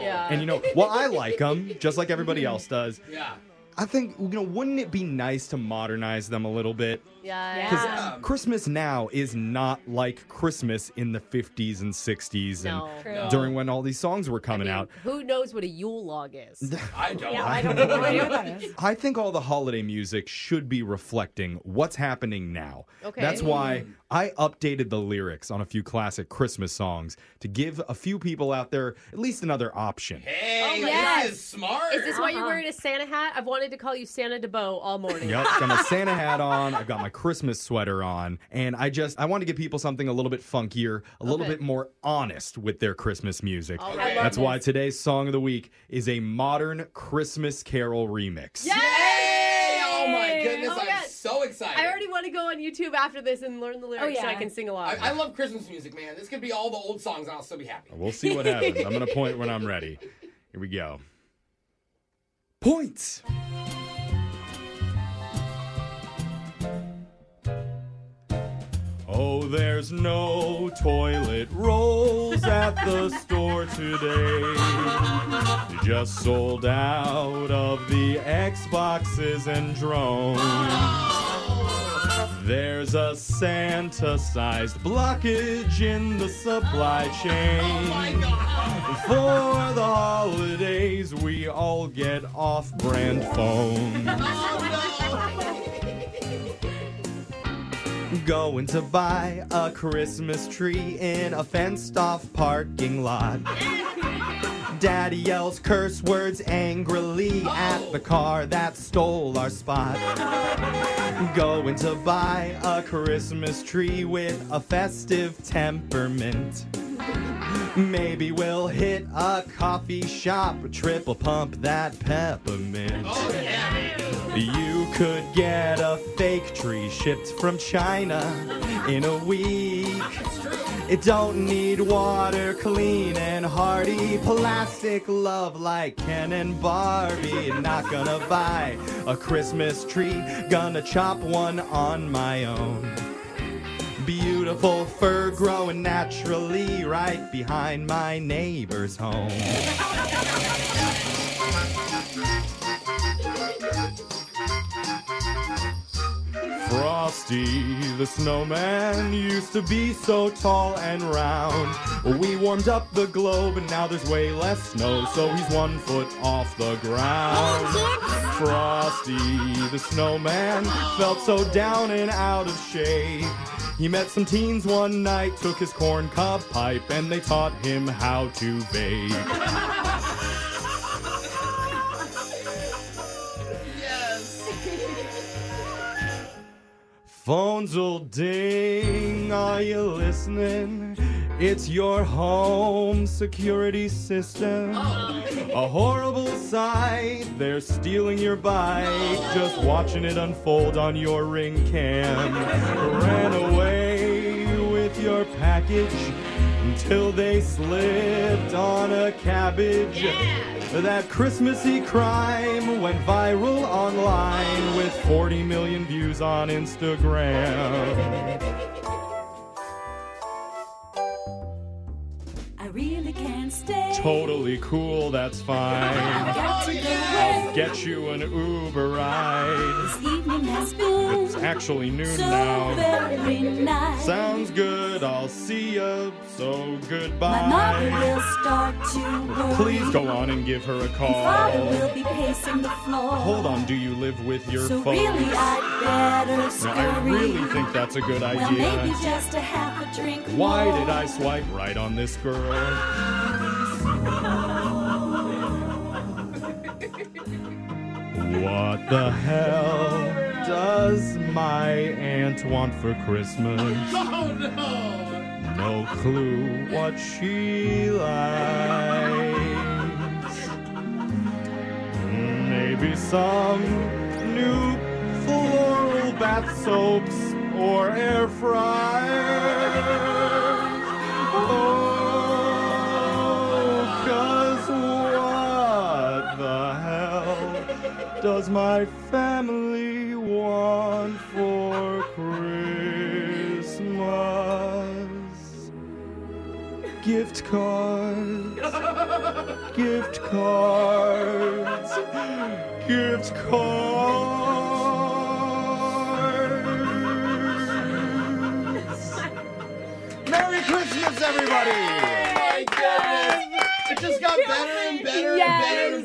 Yeah. And you know, while I like them, just like everybody else does, Yeah. I think you know, wouldn't it be nice to modernize them a little bit? Yeah. Because Christmas now is not like Christmas in the 50s and 60s and No. True. during when all these songs were coming out. Who knows what a Yule log is? I don't. Yeah, Oh I don't know what that is. I think all the holiday music should be reflecting what's happening now. Okay. That's why I updated the lyrics on a few classic Christmas songs to give a few people out there at least another option. Hey, yes. this is smart. Uh-huh. Is this why you're wearing a Santa hat? I've wanted to call you Santa DeBoe all morning. Yep, got my Santa hat on. I've got my Christmas sweater on, and I just I want to give people something a little bit funkier, a little Okay. bit more honest with their Christmas music. All right. I love That's why this. today's song of the week is a modern Christmas Carol remix. Yay! Oh my goodness, Oh my I'm God. so excited. I already want to go on YouTube after this and learn the lyrics Oh, so I can sing along. I, I love Christmas music, man. This could be all the old songs, and I'll still be happy. We'll see what happens. I'm gonna point when I'm ready. Here we go. Points. Oh, there's no toilet rolls at the store today. You just sold out of the Xboxes and drones. There's a Santa sized blockage in the supply chain. For the holidays, we all get off brand phones. Going to buy a Christmas tree in a fenced off parking lot. Daddy yells curse words angrily at the car that stole our spot. Going to buy a Christmas tree with a festive temperament. Maybe we'll hit a coffee shop, triple pump that peppermint. You could get a fake tree shipped from China in a week. It don't need water, clean and hardy. Plastic love like Ken and Barbie. Not gonna buy a Christmas tree, gonna chop one on my own. Beautiful fur growing naturally right behind my neighbor's home. Frosty the snowman used to be so tall and round. We warmed up the globe and now there's way less snow, so he's one foot off the ground. Frosty the snowman felt so down and out of shape. He met some teens one night, took his corn cob pipe, and they taught him how to vape. Phones'll ding, are you listening? It's your home security system. A horrible sight, they're stealing your bike, just watching it unfold on your ring cam. Ran away with your package until they slipped on a cabbage. That Christmassy crime went viral online with 40 million views on Instagram. I really can't stay. Totally cool, that's fine. Got to I'll get you an Uber ride. This evening has been It's actually noon so now. very nice. Sounds good, I'll see ya, so My mother will goodbye. start to worry. Please go on and give her a Father will call. be pacing the floor. Hold on, do you live with your So folks? really, I'd better Now, scurry. I really think that's a good well, maybe idea. just a half a drink Why more. did I swipe right on this girl? What the hell does my aunt want for Christmas? Oh no! No clue what she likes. Maybe some new floral bath soaps or air fryers. Oh, 'cause what the hell does my family want for Christmas? Gift cards. Gift cards. Gift cards. Merry Christmas, everybody! Oh my goodness! It just got better and better and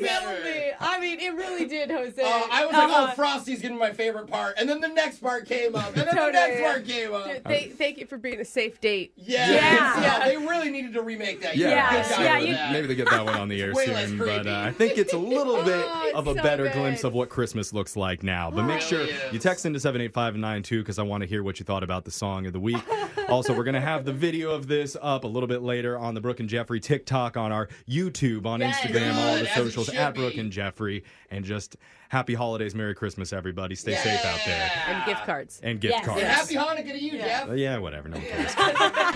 better and better. I mean, it really did, Jose. Uh, I was like, Uh-huh. oh, Frosty's getting my favorite part. And then the next part came up. And then the Totally, next yeah. part came up. Dude, they, thank you for being a safe date. Yeah. Yeah. They really needed to remake that. Yeah, Yeah. I Good think job so. for Th- that. maybe they get that one on the air Way less Oh, soon. But uh, I think it's a little bit of a better glimpse of what Christmas looks like now. But make sure you text into seven eight five nine two because I want to hear what you thought about the song of the week. also, we're gonna have the video of this up a little bit later on the Brooke and Jeffrey TikTok, on our YouTube, on Instagram, all the Good, as it socials should at be. Brooke and Jeffrey. And just happy holidays, Merry Christmas, everybody. Stay safe out there. And gift cards. And gift cards. And happy Hanukkah to you, Jeff. Uh, yeah, whatever. No one cares.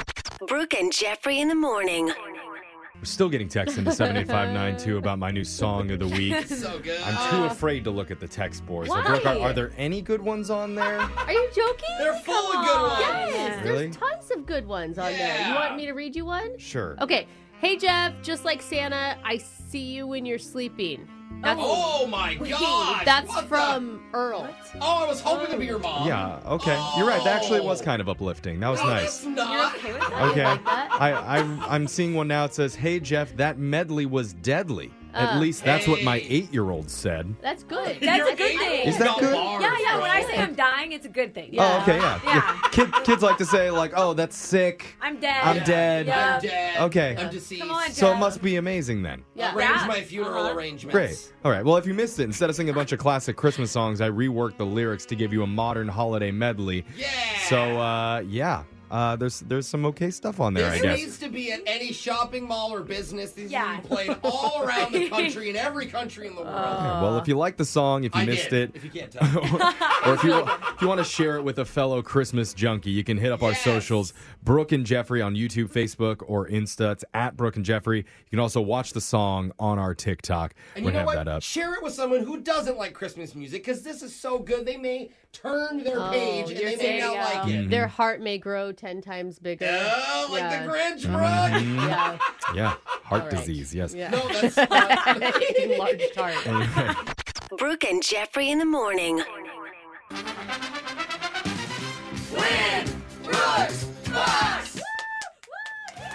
Brooke and Jeffrey in the morning. We're still getting texts into 78592 about my new song of the week. So good. I'm too afraid to look at the text board. So, Why? Brooke, are, are there any good ones on there? Are you joking? They're full of good ones. Yes, Really? there's tons of good ones on there. You Yeah. want me to read you one? Sure. Okay. Hey Jeff, just like Santa, I see you when you're sleeping. Oh my gosh, That's what the- from Earl. Oh, I was hoping to be your mom. Yeah, okay. You're right. That actually was kind of uplifting. That was nice. Not. Okay. I, I, I'm seeing one now. It says, Hey, Jeff, that medley was deadly. At Uh, least that's what my Hey. eight year old said. That's good. That's a good thing. Is that good? Yeah, yeah. When I say I'm dying, it's a good thing. Oh, okay, yeah. Kid, kids like to say, like, oh, that's sick. I'm dead. I'm dead. Yeah. I'm dead. Okay. I'm deceased. Come on, So it Jeff. must be amazing then. Yeah. Arrange Yeah. my funeral Uh-huh. arrangements. Great. All right. Well, if you missed it, instead of singing a bunch of classic Christmas songs, I reworked the lyrics to give you a modern holiday medley. Yeah. So, uh, yeah, uh, there's there's some okay stuff on there, This I guess. needs to be at any shopping mall or business. These yeah. are played all around the country in every country in the world. Yeah, well, if you like the song, if you I missed it, did, if you can't or if you if you want to share it with a fellow Christmas junkie, you can hit up our socials, Brooke and Jeffrey on YouTube, Facebook, or Insta. It's at Brooke and Jeffrey. You can also watch the song on our TikTok. And we you know have what? that up. Share it with someone who doesn't like Christmas music because this is so good. They may turn their Oh, page and you're they may saying, not uh, like it. Their heart may grow ten times bigger. Oh, like the Grinch, Brooke. Mhm. Yeah. Yeah, heart All right. disease. Yes. Yeah. No, that's enlarged heart. Anyway. Brooke and Jeffrey in the morning.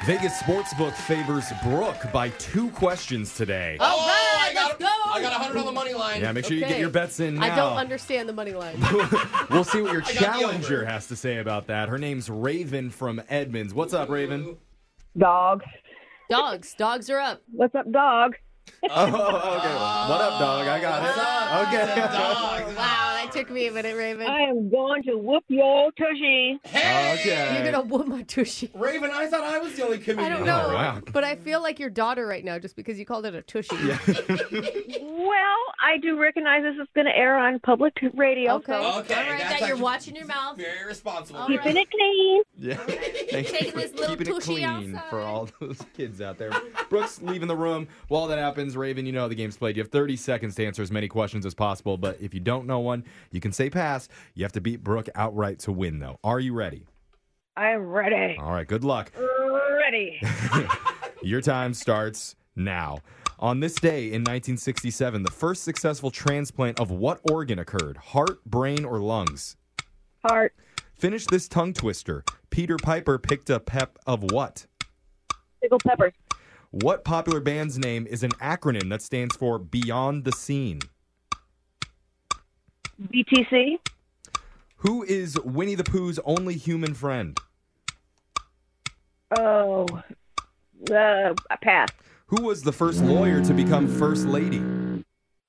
Vegas Sportsbook favors Brooke by two questions today. All Oh, right, I got let's go. I got a hundred on the money line. Yeah, make sure you get your bets in I don't now. understand the money line. we'll see what your got the challenger has to say about that. Her name's Raven from Edmonds. What's up, Raven? Dog. Dogs. Dogs are up. What's up, dog? Oh, okay. What up, dog? I got it. Okay. Wow, that took me a minute, Raven. I am going to whoop your tushy. Okay. You're gonna whoop my tushy. Raven, I thought I was the only comedian. I don't know. Oh, wow. But I feel like your daughter right now just because you called it a tushy. Well, I do recognize this is going to air on public radio. Okay. So Okay, All right, that's that you're actually watching your mouth. Very responsible. All keeping right. it clean. Yeah. Thank you Taking for this little keeping it tushy clean for all those kids out there. Brooks leaving the room. While that happens, Raven, you know how the game's played. You have 30 seconds to answer as many questions as possible, but if you don't know one, you can say pass. You have to beat Brooke outright to win, though. Are you ready? I am ready. All right, good luck. Ready. Your time starts now. On this day in 1967, the first successful transplant of what organ occurred? Heart, brain, or lungs? Heart. Finish this tongue twister. Peter Piper picked a pep of what? Pickled peppers. What popular band's name is an acronym that stands for Beyond the Scene? BTC. Who is Winnie the Pooh's only human friend? Oh. Uh, I pass. Who was the first lawyer to become First Lady?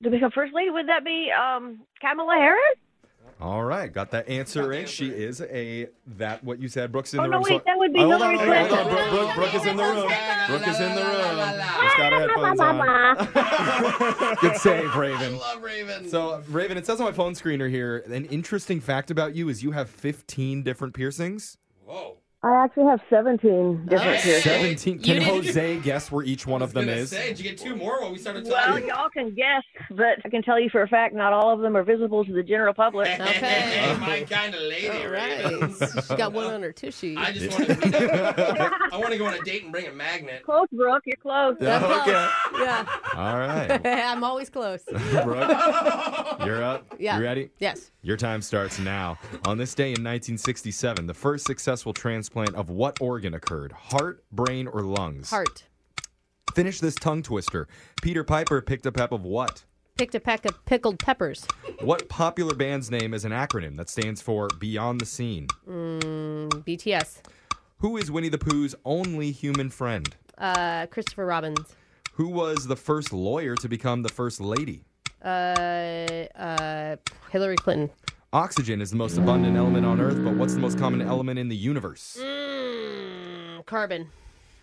To become first lady, would that be um, Kamala Harris? All right, got that answer in. She is a that what you said. Brooks in Oh, the no, room. wait, that would be hold on, Hillary hold on, hold on. Clinton. Brooke, Brooke, Brooke is in the room. Brooke is in the room. She's got her headphones on. Good save, Raven. love Raven. So, Raven, it says on my phone screener here, an interesting fact about you is you have 15 different piercings. I actually have 17 different Hey. here. 17. Can You didn't- Jose guess where each one of them gonna is? say, did you get two more while we started Well, talking? y'all can guess, but I can tell you for a fact not all of them are visible to the general public. Hey, my kind of lady, Raven. She got one on her tushy. I just want to. I want to go on a date and bring a magnet. Close, Brooke. You're close. Yeah, Oh, okay. Yeah. All right. I'm always close. Brooke, you're up. Yeah. You ready? Yes. Your time starts now. On this day in 1967, the first successful transplant of what organ occurred? Heart, brain, or lungs? Heart. Finish this tongue twister. Peter Piper picked a pep of what? picked a pack of pickled peppers. What popular band's name is an acronym that stands for Beyond the Scene? Mm, BTS. Who is Winnie the Pooh's only human friend? Uh, Christopher Robbins. Who was the first lawyer to become the first lady? Uh, uh, Hillary Clinton. Oxygen is the most abundant element on Earth, but what's the most common element in the universe? Mm, carbon.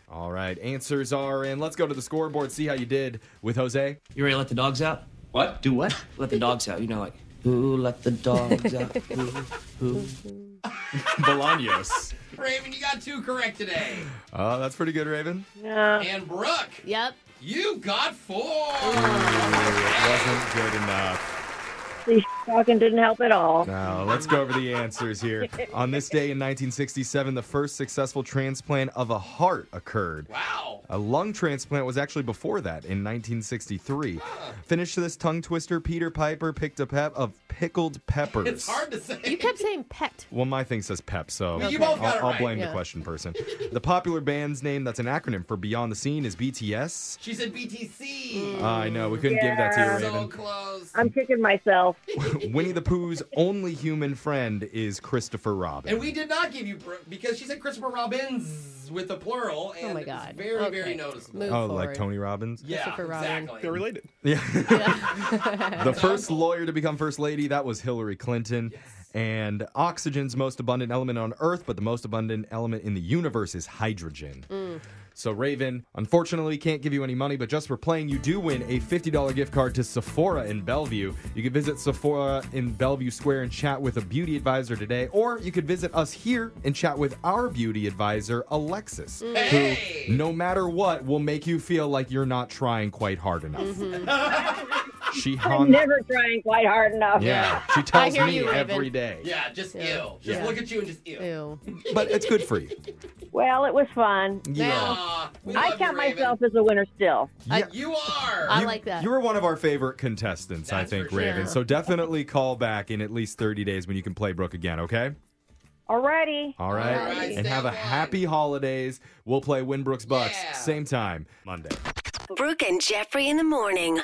All right, answers are in. Let's go to the scoreboard, see how you did with Jose. You ready to let the dogs out? What? Do what? Let the dogs out. You know, like, who let the dogs out? Who? Who? Bolaños. Raven, you got two correct today. Uh, that's pretty good, Raven. And Brooke. Yep. You got four. It wasn't good enough. These talking didn't help at all. Now, let's go over the answers here. On this day in 1967, the first successful transplant of a heart occurred. Wow. A lung transplant was actually before that in 1963. Finish this tongue twister. Peter Piper picked a pep of pickled peppers. It's hard to say. You kept saying pet. Well, my thing says pep, so Well, you both got I'll, it I'll right. blame Yeah. the question person. the popular band's name that's an acronym for Beyond the Scene is BTS. She said BTC. Mm. I know, we couldn't give that to you, Yeah. Raven. I'm kicking myself. Winnie the Pooh's only human friend is Christopher Robin. And we did not give you Brooke because she said Christopher Robbins with the plural. And oh my god! very very noticeable. oh, like Tony Robbins? Yeah, exactly. They're related. The first lawyer to become first lady, that was Hillary Clinton. And oxygen's most abundant element on Earth, but the most abundant element in the universe is hydrogen. Mm. So, Raven, unfortunately, can't give you any money, but just for playing, you do win a $50 gift card to Sephora in Bellevue. You can visit Sephora in Bellevue Square and chat with a beauty advisor today, or you could visit us here and chat with our beauty advisor, Alexis, who, no matter what, will make you feel like you're not trying quite hard enough. Mm-hmm. She I'm hung never trying quite hard enough. Yeah, she tells me every day. Yeah, just ew. Just Yeah. look at you and just ew. But it's good for you. Well, it was fun. Yeah. Aw, we I love count you, Raven. myself as a winner still. you are. I You- like that. You were one of our favorite contestants, I think, for sure. Raven. So definitely call back in at least 30 days when you can play Brooke again, okay? Alrighty. All right. and have a happy holidays. We'll play Win Brooks Bucks same time Monday. Brooke and Jeffrey in the morning.